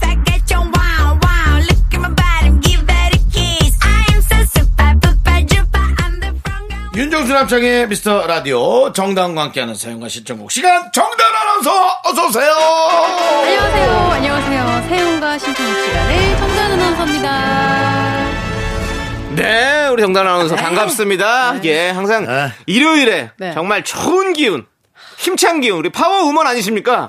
[SPEAKER 6] psycho, wow, wow. Look at my body, give that a kiss. I am so super, super, duper. I'm the front girl.
[SPEAKER 1] 윤정수 남창의 미스터 라디오 정당과 함께하는 사용과 신청곡 시간 정단 아나운서 어서오세요
[SPEAKER 8] 안녕하세요. 안녕하세요. 세훈과 신청욱 시간의 정단 아나운서입니다.
[SPEAKER 2] 네, 우리 정단 아나운서 반갑습니다. 예, 항상
[SPEAKER 1] 에이.
[SPEAKER 2] 일요일에
[SPEAKER 8] 네.
[SPEAKER 2] 정말 좋은 기운, 힘찬 기운, 우리 파워우먼 아니십니까?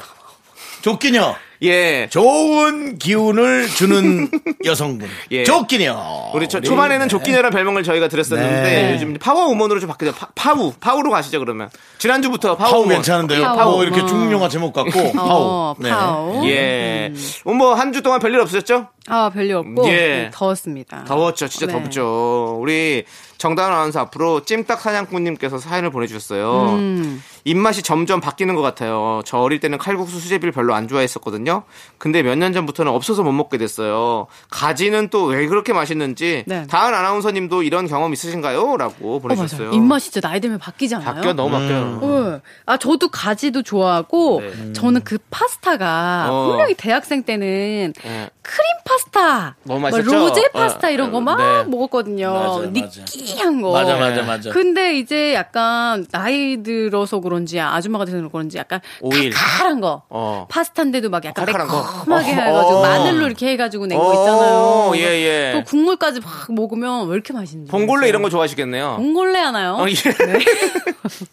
[SPEAKER 1] 좋긴요
[SPEAKER 2] 예.
[SPEAKER 1] 좋은 기운을 주는 여성분
[SPEAKER 2] 예.
[SPEAKER 1] 좋긴요
[SPEAKER 2] 우리 초, 초반에는 조끼녀란 별명을 저희가 드렸었는데
[SPEAKER 1] 네.
[SPEAKER 2] 요즘 파워우먼으로 좀 바뀌죠. 파, 파우, 파우로 가시죠 그러면. 지난주부터 파워우먼.
[SPEAKER 1] 파오 괜찮은데요 파오,
[SPEAKER 8] 파오.
[SPEAKER 1] 이렇게
[SPEAKER 8] 어.
[SPEAKER 1] 중국 영화 제목 같고
[SPEAKER 8] 어,
[SPEAKER 1] 파오 네.
[SPEAKER 8] 파오.
[SPEAKER 2] 예. 뭐 한 주 동안 별일 없으셨죠?
[SPEAKER 8] 아, 별일 없고
[SPEAKER 2] 예.
[SPEAKER 8] 더웠습니다.
[SPEAKER 2] 더웠죠. 진짜
[SPEAKER 8] 네.
[SPEAKER 2] 덥죠. 우리 정다은 아나운서 앞으로 찜닭 사냥꾼님께서 사연을 보내주셨어요.
[SPEAKER 8] 음.
[SPEAKER 2] 입맛이 점점 바뀌는 것 같아요. 저 어릴 때는 칼국수 수제비를 별로 안 좋아했었거든요. 근데 몇 년 전부터는 없어서 못 먹게 됐어요. 가지는 또 왜 그렇게 맛있는지
[SPEAKER 8] 네.
[SPEAKER 2] 다은 아나운서님도 이런 경험 있으신가요? 라고
[SPEAKER 8] 어, 맞아요.
[SPEAKER 2] 보내주셨어요. 음.
[SPEAKER 8] 입맛 이 진짜 나이 들면 바뀌잖아요.
[SPEAKER 2] 바뀌어 너무 바뀌어요.
[SPEAKER 8] 어. 아 저도 가지도 좋아하고
[SPEAKER 2] 네.
[SPEAKER 8] 저는 그 파스타가
[SPEAKER 2] 어.
[SPEAKER 8] 분명히 대학생 때는
[SPEAKER 2] 네.
[SPEAKER 8] 크림 파스타,
[SPEAKER 2] 너무
[SPEAKER 8] 막
[SPEAKER 2] 맛있었죠?
[SPEAKER 8] 로제 파스타
[SPEAKER 2] 어,
[SPEAKER 8] 이런
[SPEAKER 2] 어,
[SPEAKER 8] 거 막
[SPEAKER 2] 네.
[SPEAKER 8] 먹었거든요.
[SPEAKER 1] 맞아, 맞아.
[SPEAKER 8] 느끼한 거.
[SPEAKER 1] 맞아 맞아 맞아
[SPEAKER 8] 근데 이제 약간 나이 들어서 그런지 아줌마가 돼서 그런지 약간
[SPEAKER 2] 오일.
[SPEAKER 8] 칼칼한 거.
[SPEAKER 2] 어.
[SPEAKER 8] 파스타인데도 막 약간
[SPEAKER 2] 칼칼한 거.
[SPEAKER 8] 매콤하게
[SPEAKER 2] 어,
[SPEAKER 8] 해가지고
[SPEAKER 2] 어.
[SPEAKER 8] 마늘로 이렇게 해가지고 낸 거
[SPEAKER 2] 어,
[SPEAKER 8] 있잖아요.
[SPEAKER 2] 예, 예.
[SPEAKER 8] 또 국물까지 막 먹으면 왜 이렇게 맛있는지.
[SPEAKER 2] 봉골레
[SPEAKER 8] 모르겠어요.
[SPEAKER 2] 이런 거 좋아하시겠네요.
[SPEAKER 8] 봉골레 하나요?
[SPEAKER 2] 어, 예.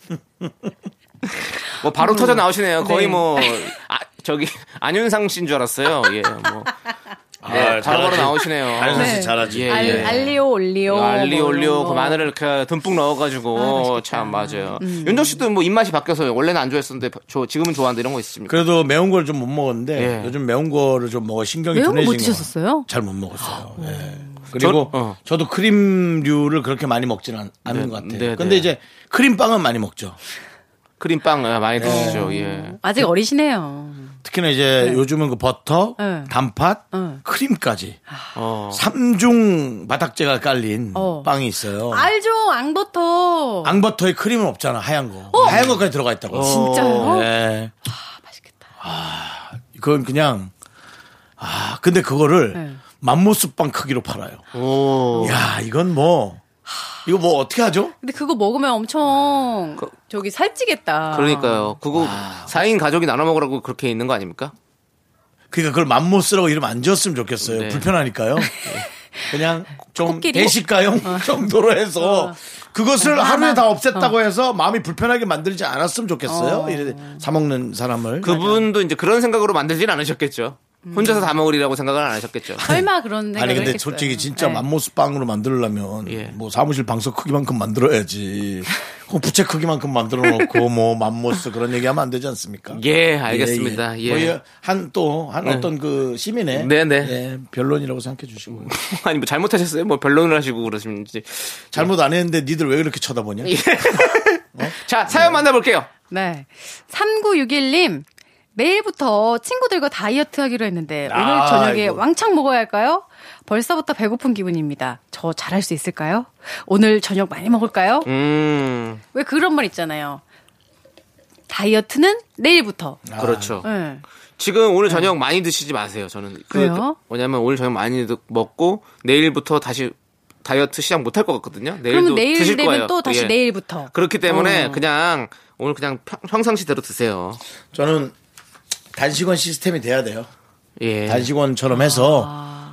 [SPEAKER 2] 뭐 바로 터져 나오시네요. 거의
[SPEAKER 8] 네.
[SPEAKER 2] 뭐 아, 저기 안윤상 씨인 줄 알았어요. 예. 뭐 네, 바로 바로 나오시네요.
[SPEAKER 1] 아, 안윤상 씨
[SPEAKER 8] 네.
[SPEAKER 1] 잘하지.
[SPEAKER 2] 예, 예.
[SPEAKER 8] 알, 알리오 올리오.
[SPEAKER 2] 알리
[SPEAKER 8] 뭐
[SPEAKER 2] 올리오
[SPEAKER 8] 이런
[SPEAKER 2] 그
[SPEAKER 8] 거. 아,
[SPEAKER 2] 마늘을 이렇게 듬뿍 넣어가지고 참 맞아요.
[SPEAKER 8] 음.
[SPEAKER 2] 윤정 씨도 뭐 입맛이 바뀌어서 원래는 안 좋아했었는데 저 지금은 좋아하는데 이런 거 있습니까?
[SPEAKER 1] 그래도 매운 걸 좀 못 먹었는데
[SPEAKER 2] 예.
[SPEAKER 1] 요즘 매운 거를 좀 먹어 신경이
[SPEAKER 8] 매운 거 못
[SPEAKER 1] 둔해진
[SPEAKER 8] 드셨었어요?
[SPEAKER 1] 잘못 먹었어요.
[SPEAKER 8] 아, 네.
[SPEAKER 1] 예. 그리고
[SPEAKER 2] 저- 어.
[SPEAKER 1] 저, 도 크림류를 그렇게 많이 먹지는 않- 않는
[SPEAKER 2] 네,
[SPEAKER 1] 것 같아요.
[SPEAKER 2] 네,
[SPEAKER 1] 근데
[SPEAKER 2] 네.
[SPEAKER 1] 이제 크림빵은 많이 먹죠.
[SPEAKER 2] 크림빵 아,
[SPEAKER 1] 네.
[SPEAKER 2] 많이 드시죠. 예.
[SPEAKER 8] 아직 어리시네요.
[SPEAKER 1] 특히나 이제 요즘은 그 버터,
[SPEAKER 8] 네.
[SPEAKER 1] 단팥,
[SPEAKER 8] 네.
[SPEAKER 1] 크림까지
[SPEAKER 2] 어.
[SPEAKER 1] 삼중 바닥재가 깔린
[SPEAKER 8] 어.
[SPEAKER 1] 빵이 있어요.
[SPEAKER 8] 알죠, 앙버터.
[SPEAKER 1] 앙버터에 크림은 없잖아 하얀 거. 하얀 거까지 들어가 있다고.
[SPEAKER 8] 진짜요? 아,
[SPEAKER 1] 네.
[SPEAKER 8] 맛있겠다.
[SPEAKER 1] 아, 그건 그냥 아 근데 그거를
[SPEAKER 8] 네. 어.
[SPEAKER 1] 맘모스빵 크기로 팔아요.
[SPEAKER 2] 오.
[SPEAKER 1] 야 이건 뭐 이거 뭐 어떻게 하죠?
[SPEAKER 8] 근데 그거 먹으면 엄청 저기 살찌겠다.
[SPEAKER 2] 그 그러니까요. 그거
[SPEAKER 8] 아.
[SPEAKER 2] 사 4인 가족이 나눠 먹으라고 그렇게 있는 거 아닙니까?
[SPEAKER 1] 그러니까 그걸 맘모스라고 이름 안 지었으면 좋겠어요.
[SPEAKER 2] 네.
[SPEAKER 1] 불편하니까요. 그냥 좀
[SPEAKER 8] 코끼리?
[SPEAKER 1] 대식가용 정도로 해서 그것을 하루에 다 없앴다고 해서 마음이 불편하게 만들지 않았으면 좋겠어요. 이래 사 먹는 사람을
[SPEAKER 2] 그분도 이제 그런 생각으로 만들진 않으셨겠죠.
[SPEAKER 8] 음.
[SPEAKER 2] 혼자서 다 먹으리라고 생각을 안 하셨겠죠.
[SPEAKER 8] 설마 그런 생각을
[SPEAKER 1] 아니 근데
[SPEAKER 8] 했겠어요.
[SPEAKER 1] 솔직히 진짜
[SPEAKER 8] 네.
[SPEAKER 1] 맘모스 빵으로 만들려면
[SPEAKER 2] 예.
[SPEAKER 1] 뭐 사무실 방석 크기만큼 만들어야지. 그 부채 크기만큼 만들어 놓고 뭐 맘모스 그런 얘기하면 안 되지 않습니까?
[SPEAKER 2] 예, 알겠습니다. 예.
[SPEAKER 1] 한또 한 어떤 그 시민의
[SPEAKER 2] 네네.
[SPEAKER 1] 예, 변론이라고 생각해 주시고
[SPEAKER 2] 아니 뭐 잘못하셨어요? 뭐 변론을 하시고 그러시는지.
[SPEAKER 1] 잘못 안 했는데 니들 왜 이렇게 쳐다보냐?
[SPEAKER 2] 예. 자
[SPEAKER 8] 음.
[SPEAKER 2] 사연 만나볼게요.
[SPEAKER 8] 네. 3961님. 내일부터 친구들과 다이어트 하기로 했는데 오늘
[SPEAKER 1] 아,
[SPEAKER 8] 저녁에
[SPEAKER 1] 아이고.
[SPEAKER 8] 왕창 먹어야 할까요? 벌써부터 배고픈 기분입니다. 저 잘할 수 있을까요? 오늘 저녁 많이 먹을까요?
[SPEAKER 2] 음
[SPEAKER 8] 왜 그런 말 있잖아요. 다이어트는 내일부터.
[SPEAKER 2] 그렇죠.
[SPEAKER 8] 네.
[SPEAKER 2] 지금 오늘 저녁 많이 드시지 마세요. 저는 그-
[SPEAKER 8] 왜요?
[SPEAKER 2] 뭐냐면 오늘 저녁 많이 드- 먹고 내일부터 다시 다이어트 시작 못할 것 같거든요. 내일도
[SPEAKER 8] 그러면 내일
[SPEAKER 2] 드실
[SPEAKER 8] 되면
[SPEAKER 2] 거예요.
[SPEAKER 8] 또 다시
[SPEAKER 2] 예.
[SPEAKER 8] 내일부터.
[SPEAKER 2] 그렇기 때문에
[SPEAKER 8] 어.
[SPEAKER 2] 그냥 오늘 그냥 평, 평상시대로 드세요.
[SPEAKER 1] 저는 단식원 시스템이 돼야 돼요.
[SPEAKER 2] 예. 아.
[SPEAKER 1] 단식원처럼 해서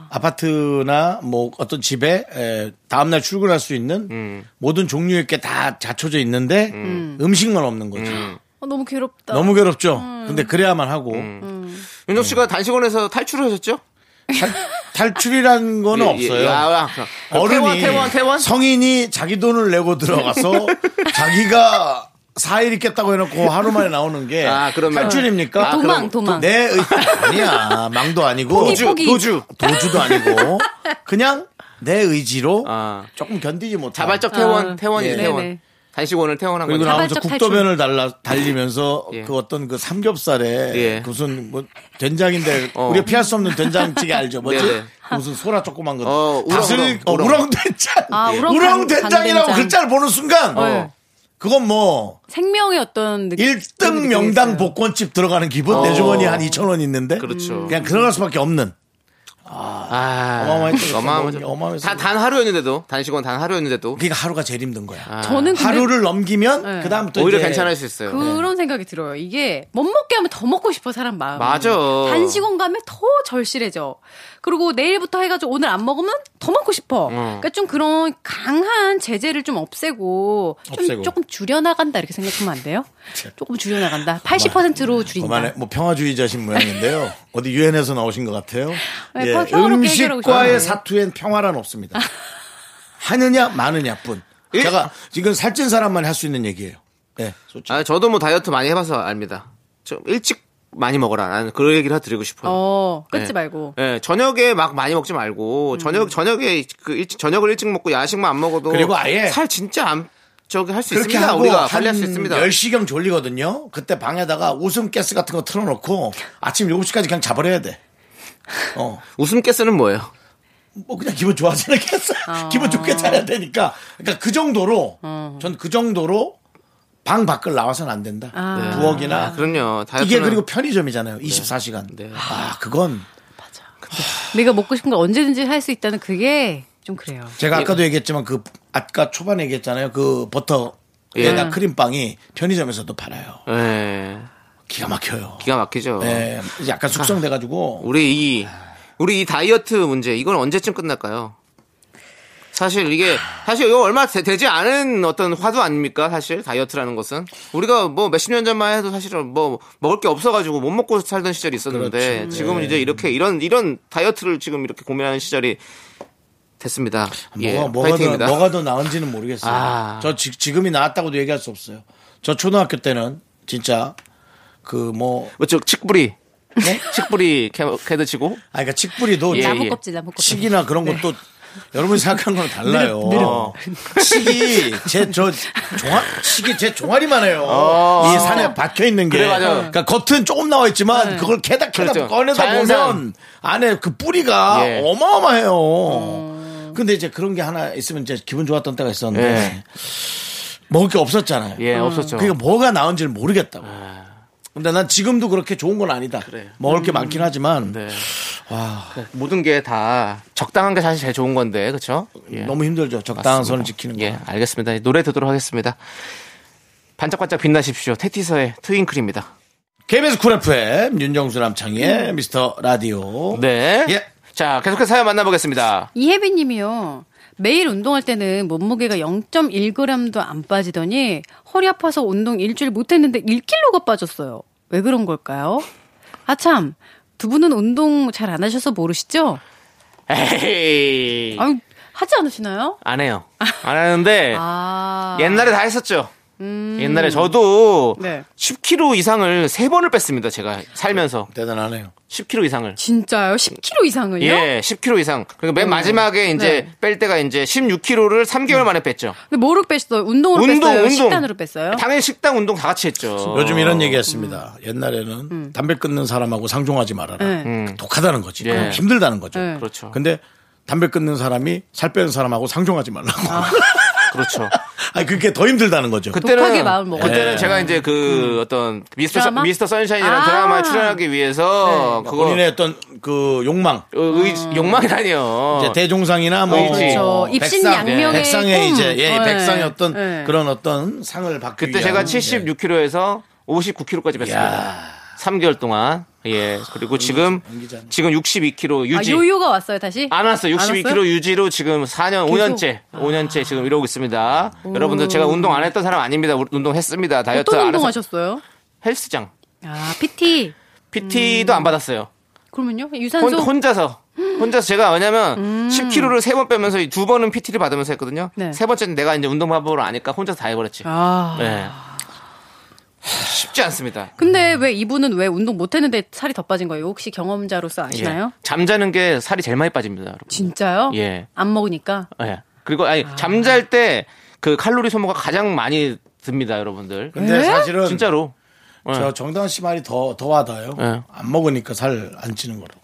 [SPEAKER 1] 아파트나 뭐 어떤 집에 에, 다음날 출근할 수 있는
[SPEAKER 2] 음.
[SPEAKER 1] 모든 종류의 게 다 갖춰져 있는데 음. 식만 없는 거죠.
[SPEAKER 8] 어, 너무 괴롭다.
[SPEAKER 1] 너무 괴롭죠.
[SPEAKER 2] 음.
[SPEAKER 1] 근데 그래야만 하고
[SPEAKER 2] 윤정 씨가
[SPEAKER 8] 네.
[SPEAKER 2] 단식원에서 탈출을 하셨죠?
[SPEAKER 1] 탈, 출이라는 거는
[SPEAKER 2] 예, 예,
[SPEAKER 1] 없어요.
[SPEAKER 2] 예. 아, 아.
[SPEAKER 1] 어른이
[SPEAKER 2] 퇴원, 퇴원, 퇴원.
[SPEAKER 1] 성인이 자기 돈을 내고 들어가서 자기가 4일 있겠다고 해놓고 하루 만에 나오는 게
[SPEAKER 2] 아, 그러면-
[SPEAKER 1] 탈출입니까?
[SPEAKER 2] 아, 그럼
[SPEAKER 8] 도망, 도망.
[SPEAKER 1] 내 의... 아니야 망도 아니고
[SPEAKER 8] 포기, 포기.
[SPEAKER 1] 도주 도주도 아니고 그냥 내 의지로
[SPEAKER 2] 아.
[SPEAKER 1] 조금 견디지 못하
[SPEAKER 2] 자발적 퇴원, 퇴원이에요.
[SPEAKER 8] 네,
[SPEAKER 2] 퇴원.
[SPEAKER 8] 네.
[SPEAKER 2] 단식원을 퇴원한
[SPEAKER 1] 그리고
[SPEAKER 2] 거죠.
[SPEAKER 1] 나오면서
[SPEAKER 8] 자발적
[SPEAKER 1] 국도면을 달라 달리면서
[SPEAKER 2] 뭐 예.
[SPEAKER 1] 그 어떤 그 삼겹살에
[SPEAKER 2] 예.
[SPEAKER 1] 그 무슨 뭐 된장인데
[SPEAKER 2] 어.
[SPEAKER 1] 우리가 피할 수 없는 된장찌개 알죠? 뭐지?
[SPEAKER 2] 네네.
[SPEAKER 1] 그 무슨 소라 조그만 거.
[SPEAKER 2] 어, 우렁,
[SPEAKER 1] 다슬 어,
[SPEAKER 2] 우렁.
[SPEAKER 1] 우렁 된장.
[SPEAKER 8] 아,
[SPEAKER 1] 예.
[SPEAKER 8] 우렁
[SPEAKER 1] 우렁
[SPEAKER 8] 간-
[SPEAKER 1] 된장이라고
[SPEAKER 8] 간된장.
[SPEAKER 1] 글자를 보는 순간
[SPEAKER 8] 어.
[SPEAKER 1] 그건 뭐
[SPEAKER 8] 생명의 어떤 느낌.
[SPEAKER 1] 1등 명당 복권집 들어가는 기분 내
[SPEAKER 2] 어.
[SPEAKER 1] 주머니 한 2천 원 있는데
[SPEAKER 2] 그렇죠.
[SPEAKER 1] 그냥 들어갈 수밖에 없는
[SPEAKER 2] 아,
[SPEAKER 1] 어마어마했죠.
[SPEAKER 2] 어마어마하죠.
[SPEAKER 1] 어마어마했어요.
[SPEAKER 2] 다 단 하루였는데도 단식원 단 하루였는데도
[SPEAKER 1] 그러니까 하루가 제일 힘든 거야.
[SPEAKER 8] 저는 근데
[SPEAKER 1] 하루를 넘기면 그다음부터
[SPEAKER 2] 아. 네. 오히려
[SPEAKER 1] 이제
[SPEAKER 2] 괜찮을 수 있어요. 네.
[SPEAKER 8] 그런 생각이 들어요. 이게 못 먹게 하면 더 먹고 싶어 사람 마음.
[SPEAKER 2] 맞아.
[SPEAKER 8] 단식원 가면 더 절실해져. 그리고 내일부터 해가지고 오늘 안 먹으면 더 먹고 싶어. 그러니까 좀 그런 강한 제재를 좀 없애고, 좀
[SPEAKER 1] 없애고.
[SPEAKER 8] 조금 줄여나간다 이렇게 생각하면 안 돼요? 조금 줄여나간다. 80%로 줄인다.
[SPEAKER 1] 그만해. 뭐 평화주의자신 모양인데요. 어디 유엔에서 나오신 것 같아요.
[SPEAKER 8] 네,
[SPEAKER 1] 예,
[SPEAKER 8] 평화롭게 해결하고 아, 네.
[SPEAKER 1] 음식과의
[SPEAKER 8] 싶어요.
[SPEAKER 1] 사투엔 평화란 없습니다. 하느냐 마느냐뿐.
[SPEAKER 2] 예?
[SPEAKER 1] 제가 지금 살찐 사람만 할 수 있는 얘기예요. 예, 솔직히.
[SPEAKER 2] 아, 저도 뭐 다이어트 많이 해봐서 압니다. 좀 일찍 많이 먹어라. 나는 그런 얘기를 드리고 싶어요.
[SPEAKER 8] 어, 끊지
[SPEAKER 2] 네.
[SPEAKER 8] 말고.
[SPEAKER 2] 예, 저녁에 막 많이 먹지 말고
[SPEAKER 8] 음.
[SPEAKER 2] 저녁 저녁에 그 일찍 저녁을 일찍 먹고 야식만 안 먹어도
[SPEAKER 1] 그리고 아예
[SPEAKER 2] 살 진짜 안 저기 할 수
[SPEAKER 1] 그렇게
[SPEAKER 2] 있습니다.
[SPEAKER 1] 하고
[SPEAKER 2] 우리가
[SPEAKER 1] 한
[SPEAKER 2] 관리할 수 있습니다.
[SPEAKER 1] 10시경 졸리거든요. 그때 방에다가 웃음 가스 같은 거 틀어놓고 아침 7시까지 그냥 자버려야 돼. 어.
[SPEAKER 2] 웃음 가스는 뭐예요?
[SPEAKER 1] 뭐 그냥 기분 좋아지는 게
[SPEAKER 8] 어.
[SPEAKER 1] 기분 좋게 자야 되니까. 그러니까 그 정도로 전 그 정도로 방 밖을 나와서는 안 된다.
[SPEAKER 8] 아.
[SPEAKER 1] 부엌이나
[SPEAKER 2] 아, 그럼요. 다이어트는 네.
[SPEAKER 1] 이게 그리고 편의점이잖아요. 24시간. 아, 그건
[SPEAKER 8] 내가 먹고 싶은 걸 언제든지 할 수 있다는 그게 좀 그래요.
[SPEAKER 2] 예.
[SPEAKER 1] 제가 아까도 얘기했지만 그 아까 초반에 얘기했잖아요. 그 버터
[SPEAKER 2] 예.
[SPEAKER 1] 게다가 크림빵이 편의점에서도 팔아요.
[SPEAKER 2] 예.
[SPEAKER 1] 기가 막혀요.
[SPEAKER 2] 기가 아. 막히죠.
[SPEAKER 1] 예, 약간 숙성돼가지고
[SPEAKER 2] 우리 이 우리 이 다이어트 문제 이건 언제쯤 끝날까요? 사실 이게 사실 이거 얼마 되, 지 않은 어떤 화두 아닙니까? 사실 다이어트라는 것은 우리가 뭐 몇십 년 전만 해도 사실은 뭐 먹을 게 없어가지고 못 먹고 살던 시절이
[SPEAKER 1] 그렇죠.
[SPEAKER 2] 있었는데
[SPEAKER 1] 네.
[SPEAKER 2] 지금은 이제 이렇게 이런 이런 다이어트를 지금 이렇게 고민하는 시절이 됐습니다. 예,
[SPEAKER 1] 뭐가, 뭐가, 더,
[SPEAKER 2] 파이팅입니다.
[SPEAKER 1] 뭐가 더 나은지는 모르겠어요.
[SPEAKER 2] 아.
[SPEAKER 1] 저 지, 지금이 나았다고도 얘기할 수 없어요. 저 초등학교 때는 진짜 그뭐
[SPEAKER 2] 뭐죠? 칡뿌리
[SPEAKER 1] 네?
[SPEAKER 2] 칡뿌리 캐- 캐드치고
[SPEAKER 1] 아, 그러니까 칡뿌리도
[SPEAKER 2] 예,
[SPEAKER 8] 나무
[SPEAKER 2] 예.
[SPEAKER 8] 껍질 나무 껍질.
[SPEAKER 1] 칡이나 그런 것도 여러분이 생각하는 거랑 달라요. 어. 칡이 제 저 종아 칡이 제 종아리만 해요. 이 산에 박혀 있는 게.
[SPEAKER 2] 어. 그래, 맞아요.
[SPEAKER 1] 그러니까 겉은 조금 나와 있지만 그걸 캐다 캐다
[SPEAKER 2] 그렇죠.
[SPEAKER 1] 꺼내다 보면
[SPEAKER 2] 자연산.
[SPEAKER 1] 안에 그 뿌리가
[SPEAKER 2] 예.
[SPEAKER 1] 어마어마해요. 근데 이제 그런 게 하나 있으면 이제 기분 좋았던 때가 있었는데
[SPEAKER 2] 예.
[SPEAKER 1] 먹을 게 없었잖아요.
[SPEAKER 2] 예 없었죠. 아.
[SPEAKER 1] 그게 뭐가 나은지를 모르겠다고. 근데 난 지금도 그렇게 좋은 건 아니다.
[SPEAKER 2] 그래요.
[SPEAKER 1] 먹을 게 많긴 하지만
[SPEAKER 2] 네. 그러니까 모든 게 다 적당한 게 사실 제일 좋은 건데 그렇죠?
[SPEAKER 1] 너무 힘들죠. 적당한
[SPEAKER 2] 맞습니다.
[SPEAKER 1] 선을 지키는 거.
[SPEAKER 2] 예, 알겠습니다. 이제 노래 듣도록 하겠습니다. 반짝반짝 빛나십시오. 테티서의 트윙클입니다.
[SPEAKER 1] KBS 쿨 FM 윤정수 남창희의 미스터 라디오.
[SPEAKER 2] 음. 네.
[SPEAKER 1] 예.
[SPEAKER 2] 자, 계속해서 사연 만나보겠습니다.
[SPEAKER 8] 이혜빈 님이요. 매일 운동할 때는 몸무게가 0.1g도 안 빠지더니 허리 아파서 운동 일주일 못했는데 1kg가 빠졌어요. 왜 그런 걸까요? 아참, 두 분은 운동 잘 안 하셔서 모르시죠?
[SPEAKER 2] 에이.
[SPEAKER 8] 아유, 하지 않으시나요?
[SPEAKER 2] 안 해요. 안 하는데,
[SPEAKER 8] 아.
[SPEAKER 2] 옛날에 다 했었죠. 옛날에 저도
[SPEAKER 8] 네.
[SPEAKER 2] 10kg 이상을 세번을 뺐습니다. 제가 살면서.
[SPEAKER 1] 대단하네요.
[SPEAKER 2] 10kg 이상을.
[SPEAKER 8] 진짜요? 10kg 이상을요?
[SPEAKER 2] 예, 10kg 이상. 그리고 맨 마지막에 이제 뺄 때가 이제 16kg를 3개월 만에 뺐죠.
[SPEAKER 8] 근데 뭐로 뺐어요? 운동으로 뺐어요? 식단으로 뺐어요?
[SPEAKER 2] 당연히 식당 운동 다 같이 했죠.
[SPEAKER 1] 요즘 이런 얘기 했습니다.
[SPEAKER 2] 음.
[SPEAKER 1] 옛날에는 담배 끊는 사람하고 상종하지 말아라.
[SPEAKER 8] 음.
[SPEAKER 1] 그
[SPEAKER 8] 네.
[SPEAKER 1] 독하다는 거지.
[SPEAKER 2] 예.
[SPEAKER 1] 그럼 힘들다는 거죠.
[SPEAKER 8] 네.
[SPEAKER 2] 그렇죠.
[SPEAKER 1] 근데 담배 끊는 사람이 살 빼는 사람하고 상종하지 말라고. 아.
[SPEAKER 2] 그렇죠.
[SPEAKER 1] 니 그게 더 힘들다는 거죠.
[SPEAKER 8] 독하게 마음 먹어요. 음.
[SPEAKER 2] 그때는
[SPEAKER 1] 네.
[SPEAKER 2] 제가 이제 그 어떤 미스터
[SPEAKER 8] 드라마?
[SPEAKER 2] 선- 미스터 선샤인이라는
[SPEAKER 8] 아. 네.
[SPEAKER 2] 드라마에 출연하기 위해서 그거
[SPEAKER 1] 본인의 어떤 그 욕망.
[SPEAKER 2] 어, 의,
[SPEAKER 8] 아.
[SPEAKER 2] 욕망이라니요.
[SPEAKER 1] 이제 대종상이나 뭐
[SPEAKER 2] 어, 그렇죠.
[SPEAKER 8] 입신
[SPEAKER 1] 백상,
[SPEAKER 8] 양명의
[SPEAKER 1] 백상의
[SPEAKER 8] 꿈.
[SPEAKER 1] 이제 예,
[SPEAKER 8] 네.
[SPEAKER 1] 백상의 어떤
[SPEAKER 8] 네.
[SPEAKER 1] 그런 어떤 상을 받기
[SPEAKER 2] 그때
[SPEAKER 1] 위한,
[SPEAKER 2] 제가
[SPEAKER 1] 예.
[SPEAKER 2] 76kg에서 59kg까지 뺐습니다. 3개월 동안. 예. 그리고 지금 지금 62kg
[SPEAKER 8] 아,
[SPEAKER 2] 유지.
[SPEAKER 8] 요요가 왔어요, 다시?
[SPEAKER 2] 안 왔어요. 62kg 유지로 지금 4년, 5년째,
[SPEAKER 8] 아.
[SPEAKER 2] 5년째 지금 이러고 있습니다. 여러분들 제가 운동 안 했던 사람 아닙니다. 운동했습니다. 다이어트
[SPEAKER 8] 어떤
[SPEAKER 2] 안
[SPEAKER 8] 운동
[SPEAKER 2] 해서
[SPEAKER 8] 하셨어요?
[SPEAKER 2] 헬스장.
[SPEAKER 8] 아, PT.
[SPEAKER 2] PT도 안 받았어요.
[SPEAKER 8] 그러면요?
[SPEAKER 2] 혼,
[SPEAKER 8] 유산소?
[SPEAKER 2] 혼자서 혼자서 제가 왜냐면 10kg를 세 번 빼면서 이두 번은 PT를 받으면서 했거든요.
[SPEAKER 8] 음. 네.
[SPEAKER 2] 세 번째는 내가 이제 운동 방법을 아니까 혼자서 다 해버렸지.
[SPEAKER 8] 아.
[SPEAKER 2] 네. 쉽지 않습니다.
[SPEAKER 8] 근데 왜 이분은 왜 운동 못했는데 살이 더 빠진 거예요? 혹시 경험자로서 아시나요?
[SPEAKER 2] 예. 잠자는 게 살이 제일 많이 빠집니다. 여러분.
[SPEAKER 8] 진짜요?
[SPEAKER 2] 예.
[SPEAKER 8] 안 먹으니까.
[SPEAKER 2] 예. 그리고 아니 잠잘 때 그 칼로리 소모가 가장 많이 듭니다, 여러분들.
[SPEAKER 8] 네?
[SPEAKER 1] 근데 사실은
[SPEAKER 2] 진짜로. 예.
[SPEAKER 1] 저 정다은 씨 말이 더 더 와닿아요.
[SPEAKER 2] 예.
[SPEAKER 1] 안 먹으니까 살 안 찌는 거라고.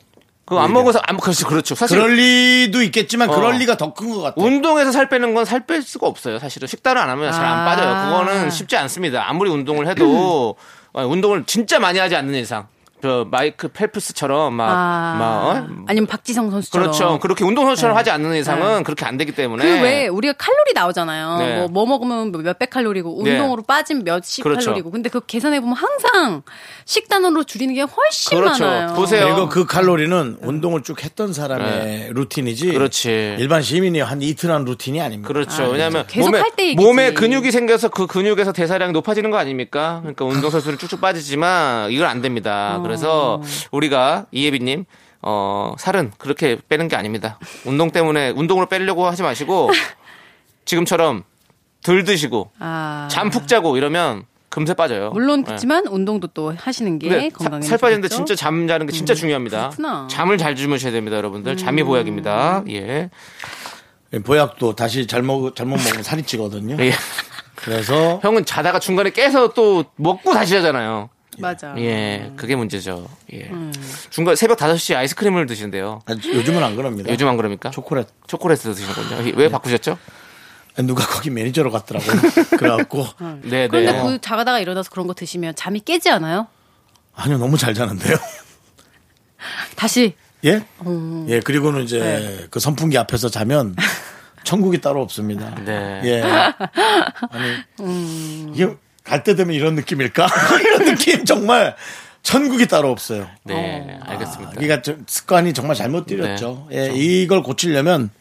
[SPEAKER 2] 그거 안 먹어서 안 그렇죠, 그렇죠. 사실
[SPEAKER 1] 그럴 리도 있겠지만 그럴
[SPEAKER 2] 어.
[SPEAKER 1] 리가 더 큰 것 같아요.
[SPEAKER 2] 운동에서 살 빼는 건 살 뺄 수가 없어요. 사실은 식단을 안 하면 잘 안
[SPEAKER 8] 아.
[SPEAKER 2] 빠져요. 그거는 쉽지 않습니다. 아무리 운동을 해도 어, 운동을 진짜 많이 하지 않는 이상 저 마이크 펠프스처럼 막,
[SPEAKER 8] 아.
[SPEAKER 2] 막 어?
[SPEAKER 8] 아니면 박지성 선수처럼.
[SPEAKER 2] 그렇죠. 그렇게 운동선수처럼 하지 않는 이상은 그렇게 안 되기 때문에
[SPEAKER 8] 그 왜 우리가 칼로리 나오잖아요.
[SPEAKER 2] 네.
[SPEAKER 8] 뭐, 뭐 먹으면 몇백 칼로리고
[SPEAKER 2] 네.
[SPEAKER 8] 운동으로 빠진 몇십
[SPEAKER 2] 그렇죠.
[SPEAKER 8] 칼로리고. 근데 그 계산해 보면 항상 식단으로 줄이는 게 훨씬
[SPEAKER 2] 그렇죠.
[SPEAKER 8] 많아요.
[SPEAKER 2] 보세요. 음. 네.
[SPEAKER 1] 그리고 그 칼로리는 운동을 쭉 했던 사람의 루틴이지.
[SPEAKER 2] 그렇지.
[SPEAKER 1] 일반 시민이 한 이틀 한 루틴이 아닙니다.
[SPEAKER 2] 그렇죠. 왜냐하면
[SPEAKER 8] 계속
[SPEAKER 2] 몸에,
[SPEAKER 8] 할때 얘기지.
[SPEAKER 2] 몸에 근육이 생겨서 그 근육에서 대사량이 높아지는 거 아닙니까? 그러니까 운동선수는 쭉쭉 빠지지만 이건 안
[SPEAKER 8] 어.
[SPEAKER 2] 됩니다. 그래서 우리가 이예빈님 어, 살은 그렇게 빼는 게 아닙니다. 운동 때문에 운동으로 빼려고 하지 마시고 지금처럼 덜 드시고
[SPEAKER 8] 아.
[SPEAKER 2] 잠 푹 자고 이러면 금세 빠져요.
[SPEAKER 8] 물론
[SPEAKER 2] 네.
[SPEAKER 8] 그렇지만 운동도 또 하시는 게
[SPEAKER 2] 근데
[SPEAKER 8] 건강에
[SPEAKER 2] 살 빠지는데
[SPEAKER 8] 좋겠죠? 음,
[SPEAKER 2] 진짜 잠 자는 게 진짜 중요합니다.
[SPEAKER 8] 그렇구나. 음.
[SPEAKER 2] 잠을 잘 주무셔야 됩니다, 여러분들. 잠이 보약입니다. 예.
[SPEAKER 1] 보약도 다시 잘 먹, 잘못 먹으면 살이 찌거든요.
[SPEAKER 8] 네.
[SPEAKER 2] 예.
[SPEAKER 1] 그래서
[SPEAKER 2] 형은 자다가 중간에 깨서 또 먹고 다시 자잖아요.
[SPEAKER 8] 맞아.
[SPEAKER 2] 예, 그게 문제죠. 예.
[SPEAKER 8] 음.
[SPEAKER 2] 중간 새벽 5시 아이스크림을 드신대요.
[SPEAKER 1] 요즘은 안
[SPEAKER 8] 네.
[SPEAKER 1] 그럽니다.
[SPEAKER 2] 요즘 안 그럽니까?
[SPEAKER 1] 초콜릿.
[SPEAKER 2] 초콜릿 드시는군요. 예, 왜 바꾸셨죠?
[SPEAKER 1] 누가 거기 매니저로 갔더라고요. 그래갖고.
[SPEAKER 2] 네,
[SPEAKER 8] 그런데
[SPEAKER 2] 네.
[SPEAKER 8] 그 자다가 일어나서 그런 거 드시면 잠이 깨지 않아요?
[SPEAKER 1] 아니요, 너무 잘 자는데요.
[SPEAKER 8] 다시
[SPEAKER 1] 예? 예, 그리고는 이제 그 선풍기 앞에서 자면 천국이 따로 없습니다.
[SPEAKER 2] 네.
[SPEAKER 1] 예. 아니, 이게 갈 때 되면 이런 느낌일까? 이런 느낌 정말 천국이 따로 없어요.
[SPEAKER 2] 네, 알겠습니다. 네.
[SPEAKER 1] 우리가 좀 아, 습관이 정말 잘못 들였죠. 예, 이걸 고치려면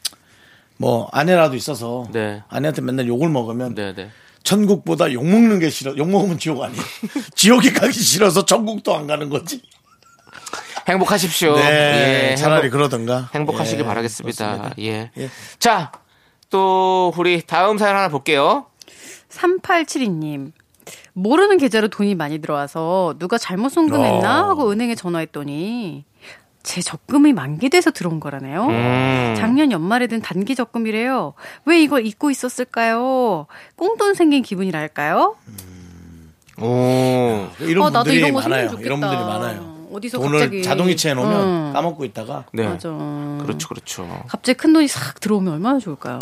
[SPEAKER 1] 뭐 아내라도 있어서
[SPEAKER 2] 네.
[SPEAKER 1] 아내한테 맨날 욕을 먹으면
[SPEAKER 2] 네, 네.
[SPEAKER 1] 천국보다 욕 먹는 게 싫어. 욕 먹으면 지옥 아니에요. 지옥이 가기 싫어서 천국도 안 가는 거지.
[SPEAKER 2] 행복하십시오.
[SPEAKER 1] 네,
[SPEAKER 2] 예,
[SPEAKER 1] 차라리
[SPEAKER 2] 행복-
[SPEAKER 1] 그러던가.
[SPEAKER 2] 행복하시길
[SPEAKER 1] 예,
[SPEAKER 2] 바라겠습니다.
[SPEAKER 1] 그렇습니다.
[SPEAKER 2] 예.
[SPEAKER 1] 예.
[SPEAKER 2] 자, 또 우리 다음 사연 하나 볼게요.
[SPEAKER 8] 3872님. 모르는 계좌로 돈이 많이 들어와서 누가 잘못
[SPEAKER 1] 아.
[SPEAKER 8] 송금했나 하고 은행에 전화했더니 제 적금이 만기돼서 들어온 거라네요.
[SPEAKER 1] 음.
[SPEAKER 8] 작년 연말에 든 단기 적금이래요. 왜 이걸 잊고 있었을까요? 꽁돈 생긴 기분이랄까요?
[SPEAKER 2] 오.
[SPEAKER 1] 이런
[SPEAKER 8] 어, 나도
[SPEAKER 1] 분들이
[SPEAKER 8] 이런 거 생기면
[SPEAKER 1] 많아요.
[SPEAKER 8] 좋겠다.
[SPEAKER 1] 이런 분들이 많아요.
[SPEAKER 8] 어디서
[SPEAKER 1] 돈을
[SPEAKER 8] 갑자기
[SPEAKER 1] 자동이체해 놓으면
[SPEAKER 8] 음.
[SPEAKER 1] 까먹고 있다가
[SPEAKER 2] 네.
[SPEAKER 8] 맞아.
[SPEAKER 2] 그렇죠, 그렇죠.
[SPEAKER 8] 갑자기 큰 돈이 싹 들어오면 얼마나 좋을까요?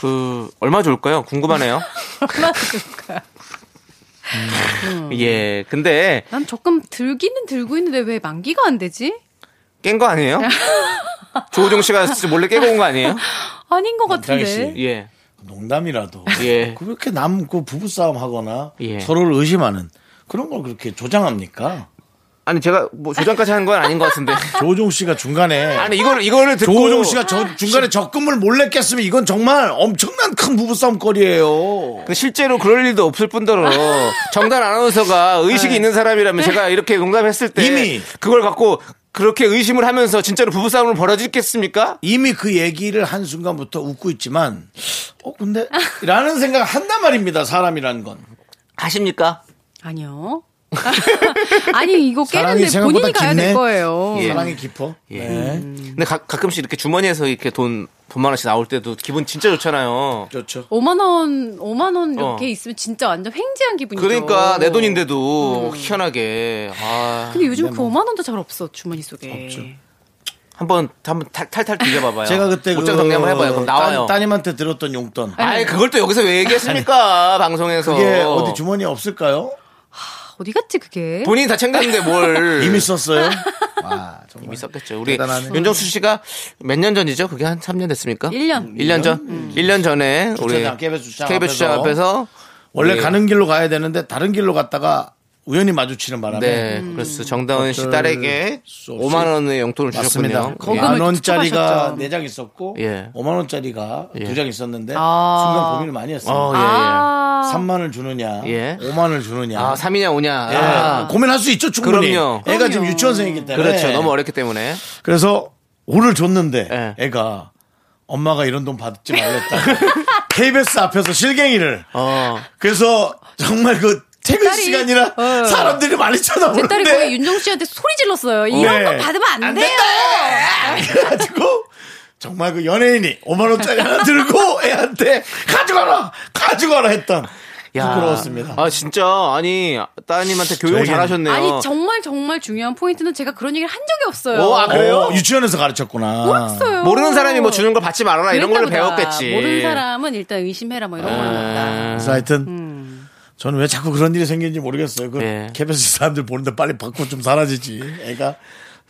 [SPEAKER 2] 그 얼마 좋을까요? 궁금하네요.
[SPEAKER 8] 얼마나 좋을까요?
[SPEAKER 2] 예. 근데
[SPEAKER 8] 난 적금 들기는 들고 있는데 왜 만기가 안 되지?
[SPEAKER 2] 깬 거 아니에요? 조우종 씨가 몰래 깨고 온 거 아니에요?
[SPEAKER 8] 아닌 것
[SPEAKER 1] 남창희
[SPEAKER 8] 같은데.
[SPEAKER 1] 씨.
[SPEAKER 2] 예.
[SPEAKER 1] 농담이라도
[SPEAKER 2] 예.
[SPEAKER 1] 그렇게 남그 부부 싸움 하거나
[SPEAKER 2] 예.
[SPEAKER 1] 서로를 의심하는 그런 걸 그렇게 조장합니까?
[SPEAKER 2] 아니 제가 뭐 조장까지 한 건 아닌 것 같은데.
[SPEAKER 1] 조종 씨가 중간에
[SPEAKER 2] 아니 이거를 이거를
[SPEAKER 8] 그
[SPEAKER 2] 듣고
[SPEAKER 1] 조종 씨가 저 중간에 적금을 몰래 깼으면 이건 정말 엄청난 큰 부부 싸움거리예요.
[SPEAKER 2] 근데 실제로 그럴 일도 없을 뿐더러 정단 아나운서가
[SPEAKER 8] 네.
[SPEAKER 2] 의식이 있는 사람이라면 제가 이렇게 농담했을 때
[SPEAKER 1] 이미.
[SPEAKER 2] 그걸 갖고 그렇게 의심을 하면서 진짜로 부부싸움을 벌어지겠습니까?
[SPEAKER 1] 이미 그 얘기를 한 순간부터 웃고 있지만 어 근데 라는 생각 한단 말입니다. 사람이라는 건
[SPEAKER 2] 하십니까?
[SPEAKER 8] 아니요. 아니 이거
[SPEAKER 1] 사랑이
[SPEAKER 8] 깨는데
[SPEAKER 1] 생각보다
[SPEAKER 8] 본인이
[SPEAKER 1] 깊네.
[SPEAKER 8] 가야 될 거예요.
[SPEAKER 2] 예.
[SPEAKER 1] 사랑이 깊어. 네.
[SPEAKER 2] 근데 가, 끔씩 이렇게 주머니에서 이렇게 돈 돈만 원씩 나올 때도 기분 진짜 좋잖아요.
[SPEAKER 1] 좋죠.
[SPEAKER 8] 5만 원, 5만 원 이렇게
[SPEAKER 2] 어.
[SPEAKER 8] 있으면 진짜 완전 횡재한 기분이죠.
[SPEAKER 2] 그러니까 내
[SPEAKER 1] 음.
[SPEAKER 2] 돈인데도 희한하게 아,
[SPEAKER 8] 근데
[SPEAKER 1] 네,
[SPEAKER 8] 요즘
[SPEAKER 1] 뭐.
[SPEAKER 8] 그 5만 원도 잘 없어 주머니 속에.
[SPEAKER 2] 한번 한번 탈- 탈탈 뒤져봐봐요.
[SPEAKER 1] 제가 그때
[SPEAKER 2] 옷장 정리 한번 해봐요. 그럼 나와요.
[SPEAKER 1] 따, 님한테 들었던 용돈
[SPEAKER 2] 아니 그걸 또 여기서 왜 얘기했습니까? 방송에서
[SPEAKER 1] 그게 어디 주머니에 없을까요?
[SPEAKER 8] 아, 어디 갔지 그게?
[SPEAKER 2] 본인이 다 챙겼는데 뭘
[SPEAKER 1] 이미 썼어요. 와 정말
[SPEAKER 2] 네. 이미 썼겠죠. 우리
[SPEAKER 1] 대단하네.
[SPEAKER 2] 윤정수 씨가 몇 년 전이죠? 그게 한 3년 됐습니까?
[SPEAKER 8] 일 년.
[SPEAKER 2] 1년 전? 일 1년 전에 우리
[SPEAKER 1] 음. 주차장, KBS 주차장
[SPEAKER 2] KBS
[SPEAKER 1] 앞에서.
[SPEAKER 2] 앞에서
[SPEAKER 1] 원래
[SPEAKER 2] 예.
[SPEAKER 1] 가는 길로 가야 되는데 다른 길로 갔다가 우연히 마주치는 바람에
[SPEAKER 2] 네. 그래서 정다은 씨 딸에게
[SPEAKER 1] 수 없이.
[SPEAKER 2] 5만 원의 용돈을
[SPEAKER 1] 맞습니다.
[SPEAKER 2] 주셨군요.
[SPEAKER 8] 거금을
[SPEAKER 1] 만 원짜리가
[SPEAKER 8] 축적하셨죠.
[SPEAKER 1] 네 장 있었고
[SPEAKER 2] 예.
[SPEAKER 1] 5만 원짜리가 두 장 있었는데
[SPEAKER 8] 아.
[SPEAKER 1] 순간 고민을 많이 했어요.
[SPEAKER 2] 어, 예, 예.
[SPEAKER 8] 아,
[SPEAKER 1] 3만을 주느냐,
[SPEAKER 2] 예.
[SPEAKER 1] 5만을 주느냐.
[SPEAKER 2] 아, 3이냐 5냐.
[SPEAKER 1] 예. 고민할 네. 수 있죠 충분히.
[SPEAKER 2] 그럼요.
[SPEAKER 1] 애가 지금 유치원생이기 때문에.
[SPEAKER 2] 그렇죠. 너무 어렵기 때문에.
[SPEAKER 1] 그래서 5를 줬는데
[SPEAKER 2] 예.
[SPEAKER 1] 애가 엄마가 이런 돈 받지 말랬다. KBS 앞에서 실갱이를.
[SPEAKER 2] 어.
[SPEAKER 1] 그래서 정말 그 퇴근
[SPEAKER 8] 딸이-
[SPEAKER 1] 시간이라
[SPEAKER 8] 어.
[SPEAKER 1] 사람들이 많이
[SPEAKER 8] 제 딸이 거의
[SPEAKER 1] 쳐다보는데
[SPEAKER 8] 윤정 씨한테 소리 질렀어요.
[SPEAKER 1] 네.
[SPEAKER 8] 이런 거 받으면 안,
[SPEAKER 1] 안
[SPEAKER 8] 돼요.
[SPEAKER 1] 그래가지고 정말 그 연예인이 5만 원짜리 하나 들고 애한테 가져가라 가져가라 했던
[SPEAKER 2] 야.
[SPEAKER 1] 부끄러웠습니다.
[SPEAKER 2] 아, 진짜. 아니, 따님한테 교육
[SPEAKER 1] 저에겐-
[SPEAKER 2] 잘하셨네요.
[SPEAKER 8] 아니 정말 정말 중요한 포인트는 제가 그런 얘기를 한 적이 없어요.
[SPEAKER 2] 오, 아, 그래요?
[SPEAKER 1] 어, 유치원에서 가르쳤구나.
[SPEAKER 8] 없어요.
[SPEAKER 2] 모르는 사람이 뭐 주는 걸 받지 말아라 이런 걸로
[SPEAKER 8] 그랬나 보다.
[SPEAKER 2] 배웠겠지. 예. 아.
[SPEAKER 8] 모르는 사람은 일단 의심해라 뭐 이런 거는 맞다.
[SPEAKER 1] 그래서 하여튼 저는 왜 자꾸 그런 일이 생기는지 모르겠어요. 그
[SPEAKER 2] 예.
[SPEAKER 1] KBS 사람들 보는데 빨리 받고 좀 사라지지. 애가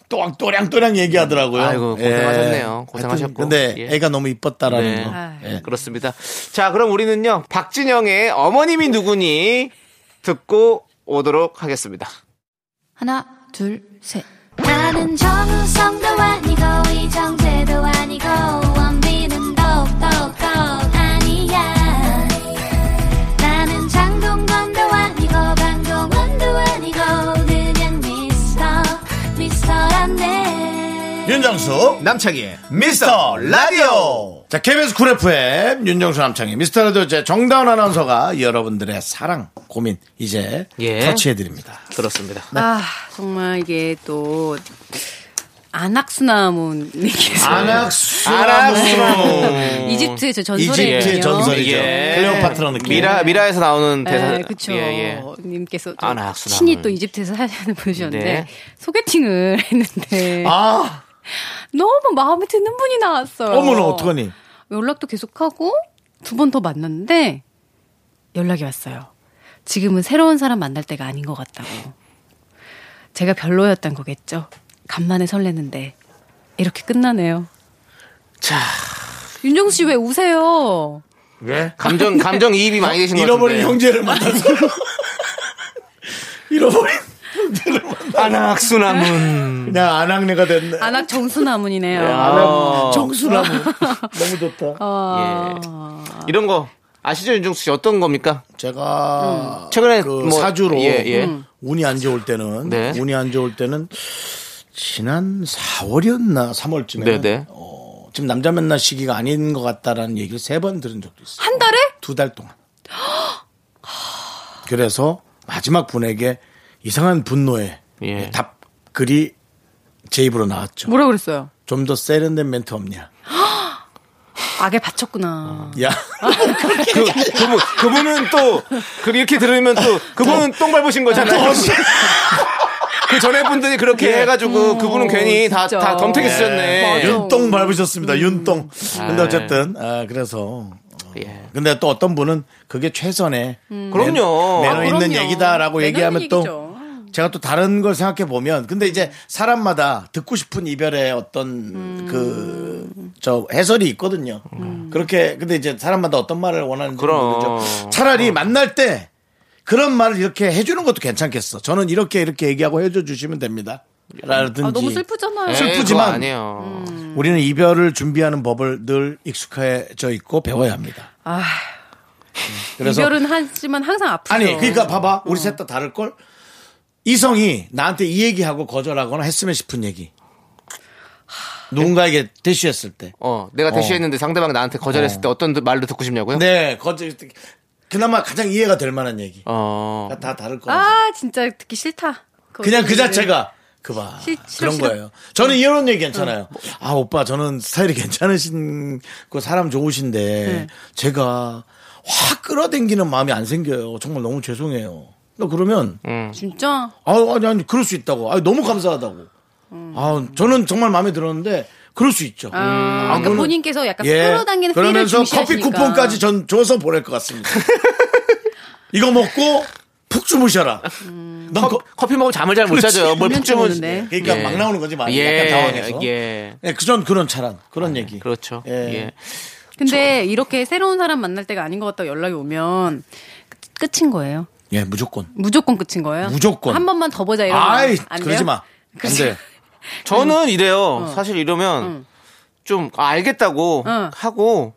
[SPEAKER 1] 또랑 또랑 또랑 얘기하더라고요.
[SPEAKER 2] 아이고, 고생하셨네요.
[SPEAKER 1] 예.
[SPEAKER 2] 고생하셨고.
[SPEAKER 1] 하여튼 근데
[SPEAKER 2] 예.
[SPEAKER 1] 애가 너무 이뻤다라는
[SPEAKER 2] 네.
[SPEAKER 1] 거. 예.
[SPEAKER 2] 그렇습니다. 자, 그럼 우리는요, 박진영의 어머님이 누구니 듣고 오도록 하겠습니다.
[SPEAKER 8] 하나, 둘, 셋.
[SPEAKER 6] 나는 정우성도 아니고 이정재도 아니고 원빈은 더욱더 아니야 나는 장동건도 아니고 강동원도 아니고 그냥 미스터 미스터란데
[SPEAKER 1] 윤정수 남창희의 미스터 라디오 자 KBS 쿨 FM 윤정수 남창희 미스터 라디오 제 정다운 아나운서가 여러분들의 사랑 고민 이제
[SPEAKER 2] 예.
[SPEAKER 1] 터치해드립니다
[SPEAKER 2] 그렇습니다.
[SPEAKER 1] 네.
[SPEAKER 8] 아 정말 이게 또 안악수나무님께서
[SPEAKER 1] 안악수
[SPEAKER 2] 아랍수.
[SPEAKER 8] 이집트의 저 전설의
[SPEAKER 1] 이집트의
[SPEAKER 8] 인형.
[SPEAKER 1] 전설이죠 클레오파트라 느낌
[SPEAKER 2] 예. 미라, 미라에서 나오는 대사. 예,
[SPEAKER 8] 네,
[SPEAKER 1] 예,
[SPEAKER 8] 그쵸. 님께서 또
[SPEAKER 2] 안악수나무.
[SPEAKER 8] 친히 또 이집트에서 사시는 분이셨는데
[SPEAKER 2] 네.
[SPEAKER 8] 소개팅을 했는데
[SPEAKER 1] 아
[SPEAKER 8] 너무 마음에 드는 분이 나왔어요.
[SPEAKER 1] 어머나 어떡하니
[SPEAKER 8] 연락도 계속하고 두 번 더 만났는데 연락이 왔어요. 지금은 새로운 사람 만날 때가 아닌 것 같다고. 제가 별로였던 거겠죠. 간만에 설레는데 이렇게 끝나네요.
[SPEAKER 2] 자,
[SPEAKER 8] 윤정수 씨 왜 우세요?
[SPEAKER 1] 왜?
[SPEAKER 2] 감정 감정 이입이 많이 되신 것 같은데.
[SPEAKER 1] 잃어버린 형제를 만나서 잃어버린
[SPEAKER 2] 안악수나문.
[SPEAKER 1] 그냥 안학내가 됐네.
[SPEAKER 8] 안악
[SPEAKER 1] 아.
[SPEAKER 8] 정수나문이네요.
[SPEAKER 2] 아. 어.
[SPEAKER 1] 안학 정수나무 너무 좋다.
[SPEAKER 8] 어...
[SPEAKER 2] 예. 이런 거 아시죠 윤종수 씨 어떤 겁니까?
[SPEAKER 1] 제가
[SPEAKER 2] 최근에
[SPEAKER 1] 그
[SPEAKER 2] 뭐-
[SPEAKER 1] 사주로
[SPEAKER 2] 예, 예. 음.
[SPEAKER 1] 운이 안 좋을 때는
[SPEAKER 2] 네.
[SPEAKER 1] 운이 안 좋을 때는 지난 4월이었나 3월쯤에 어,
[SPEAKER 2] 네네.
[SPEAKER 1] 지금 남자 만날 시기가 아닌 것 같다라는 얘기를 세 번 들은 적도 있어요.
[SPEAKER 8] 한 달에?
[SPEAKER 1] 두 달 동안. 그래서 마지막 분에게 이상한 분노의
[SPEAKER 2] 예.
[SPEAKER 1] 답글이 제 입으로 나왔죠.
[SPEAKER 8] 뭐라 그랬어요?
[SPEAKER 1] 좀 더 세련된 멘트 없냐?
[SPEAKER 8] 악에 받쳤구나. 아,
[SPEAKER 1] 야,
[SPEAKER 2] 그, 그분 그분은 또 그, 이렇게 들으면 또 그분은 똥 밟으신 거잖아요. 그 전에 분들이 그렇게
[SPEAKER 1] 예.
[SPEAKER 2] 해가지고 그분은 괜히 다
[SPEAKER 8] 어, 진짜. 예.
[SPEAKER 2] 다 덤태기 쓰셨네.
[SPEAKER 8] 맞아.
[SPEAKER 1] 윤똥 밟으셨습니다. 윤똥. 근데
[SPEAKER 2] 아.
[SPEAKER 1] 어쨌든 아, 그래서
[SPEAKER 2] 예.
[SPEAKER 1] 근데 또 어떤 분은 그게 최선의
[SPEAKER 2] 그럼요.
[SPEAKER 1] 매너
[SPEAKER 8] 아,
[SPEAKER 1] 있는
[SPEAKER 8] 그럼요.
[SPEAKER 1] 얘기다라고
[SPEAKER 8] 매너
[SPEAKER 1] 얘기하면
[SPEAKER 8] 있는
[SPEAKER 1] 또
[SPEAKER 8] 얘기죠.
[SPEAKER 1] 제가 또 다른 걸 생각해 보면 근데 이제 사람마다 듣고 싶은 이별의 어떤
[SPEAKER 8] 음.
[SPEAKER 1] 그 저 해설이 있거든요. 그렇게 근데 이제 사람마다 어떤 말을 원하는지
[SPEAKER 2] 그럼.
[SPEAKER 1] 모르죠. 차라리 만날 때 그런 말을 이렇게 해주는 것도 괜찮겠어. 저는 이렇게 이렇게 얘기하고 해줘 주시면 됩니다. 라든지 네,
[SPEAKER 8] 아, 너무 슬프잖아요.
[SPEAKER 2] 에이,
[SPEAKER 1] 슬프지만.
[SPEAKER 2] 네, 그거 아니에요.
[SPEAKER 8] 음.
[SPEAKER 1] 우리는 이별을 준비하는 법을 늘 익숙해져 있고 배워야 합니다.
[SPEAKER 8] 아,
[SPEAKER 1] 그래서
[SPEAKER 8] 이별은 하지만 항상 아프죠.
[SPEAKER 1] 아니 그러니까 봐봐
[SPEAKER 8] 음.
[SPEAKER 1] 우리 셋 다 다를 걸 이성이 나한테 이 얘기하고 거절하거나 했으면 싶은 얘기 누군가에게 대시했을 때
[SPEAKER 2] 어, 내가 대시했는데 상대방 나한테 거절했을
[SPEAKER 1] 어.
[SPEAKER 2] 때 어떤 말로 듣고 싶냐고요?
[SPEAKER 1] 네, 거절 그나마 가장 이해가 될 만한 얘기 그러니까
[SPEAKER 2] 어.
[SPEAKER 1] 다 다를 거라서
[SPEAKER 8] 아, 진짜 듣기 싫다. 그거
[SPEAKER 1] 그냥 그
[SPEAKER 8] 얘기를.
[SPEAKER 1] 자체가 그봐
[SPEAKER 8] 싫- 싫어,
[SPEAKER 1] 그런
[SPEAKER 8] 싫어. 어.
[SPEAKER 1] 거예요. 저는 이런 얘기 괜찮아요. 아 오빠 저는 스타일이 괜찮으신 그 사람 좋으신데
[SPEAKER 8] 네.
[SPEAKER 1] 제가 확 끌어당기는 마음이 안 생겨요. 정말 너무 죄송해요. 나 그러면
[SPEAKER 8] 진짜?
[SPEAKER 1] 아 아니 아니 그럴 수 있다고. 아 너무 감사하다고. 아 저는 정말 마음에 들었는데 그럴 수 있죠. 음, 예.
[SPEAKER 8] 아, 그러니까 본인께서 약간 끌어당기는 피를
[SPEAKER 1] 그러면서
[SPEAKER 8] 중시하시니까.
[SPEAKER 1] 커피 쿠폰까지 전 줘서 보낼 것 같습니다. 이거 먹고 푹 주무셔라. 넌 거-
[SPEAKER 2] 그 커피 먹으면 잠을 잘 못 자죠. 뭘푹
[SPEAKER 8] 울면
[SPEAKER 2] 주면.
[SPEAKER 8] 음. 좋은데.
[SPEAKER 1] 그러니까
[SPEAKER 2] 예.
[SPEAKER 1] 막 나오는 거지 말.
[SPEAKER 2] 예,
[SPEAKER 1] 약간 당황해서.
[SPEAKER 2] 예.
[SPEAKER 1] 예, 그전 그런 차란 그런 얘기.
[SPEAKER 2] 그렇죠.
[SPEAKER 1] 예.
[SPEAKER 2] 예.
[SPEAKER 8] 근데 이렇게 새로운 사람 만날 때가 아닌 것 같다고 연락이 오면 끝- 끝인 거예요.
[SPEAKER 1] 예, 무조건.
[SPEAKER 8] 무조건 끝인 거예요?
[SPEAKER 1] 무조건.
[SPEAKER 8] 한 번만 더 보자 네, 이러면
[SPEAKER 1] 아이,
[SPEAKER 8] 안 돼요?
[SPEAKER 1] 그러지 마. 안 돼.
[SPEAKER 2] 저는
[SPEAKER 8] 음.
[SPEAKER 2] 이래요.
[SPEAKER 8] 어.
[SPEAKER 2] 사실 이러면 좀 아, 알겠다고
[SPEAKER 8] 응.
[SPEAKER 2] 하고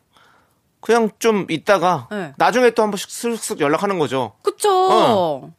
[SPEAKER 2] 그냥 좀 있다가
[SPEAKER 8] 네.
[SPEAKER 2] 나중에 또 한 번씩 슥슥 연락하는 거죠.
[SPEAKER 8] 그쵸.
[SPEAKER 2] 어.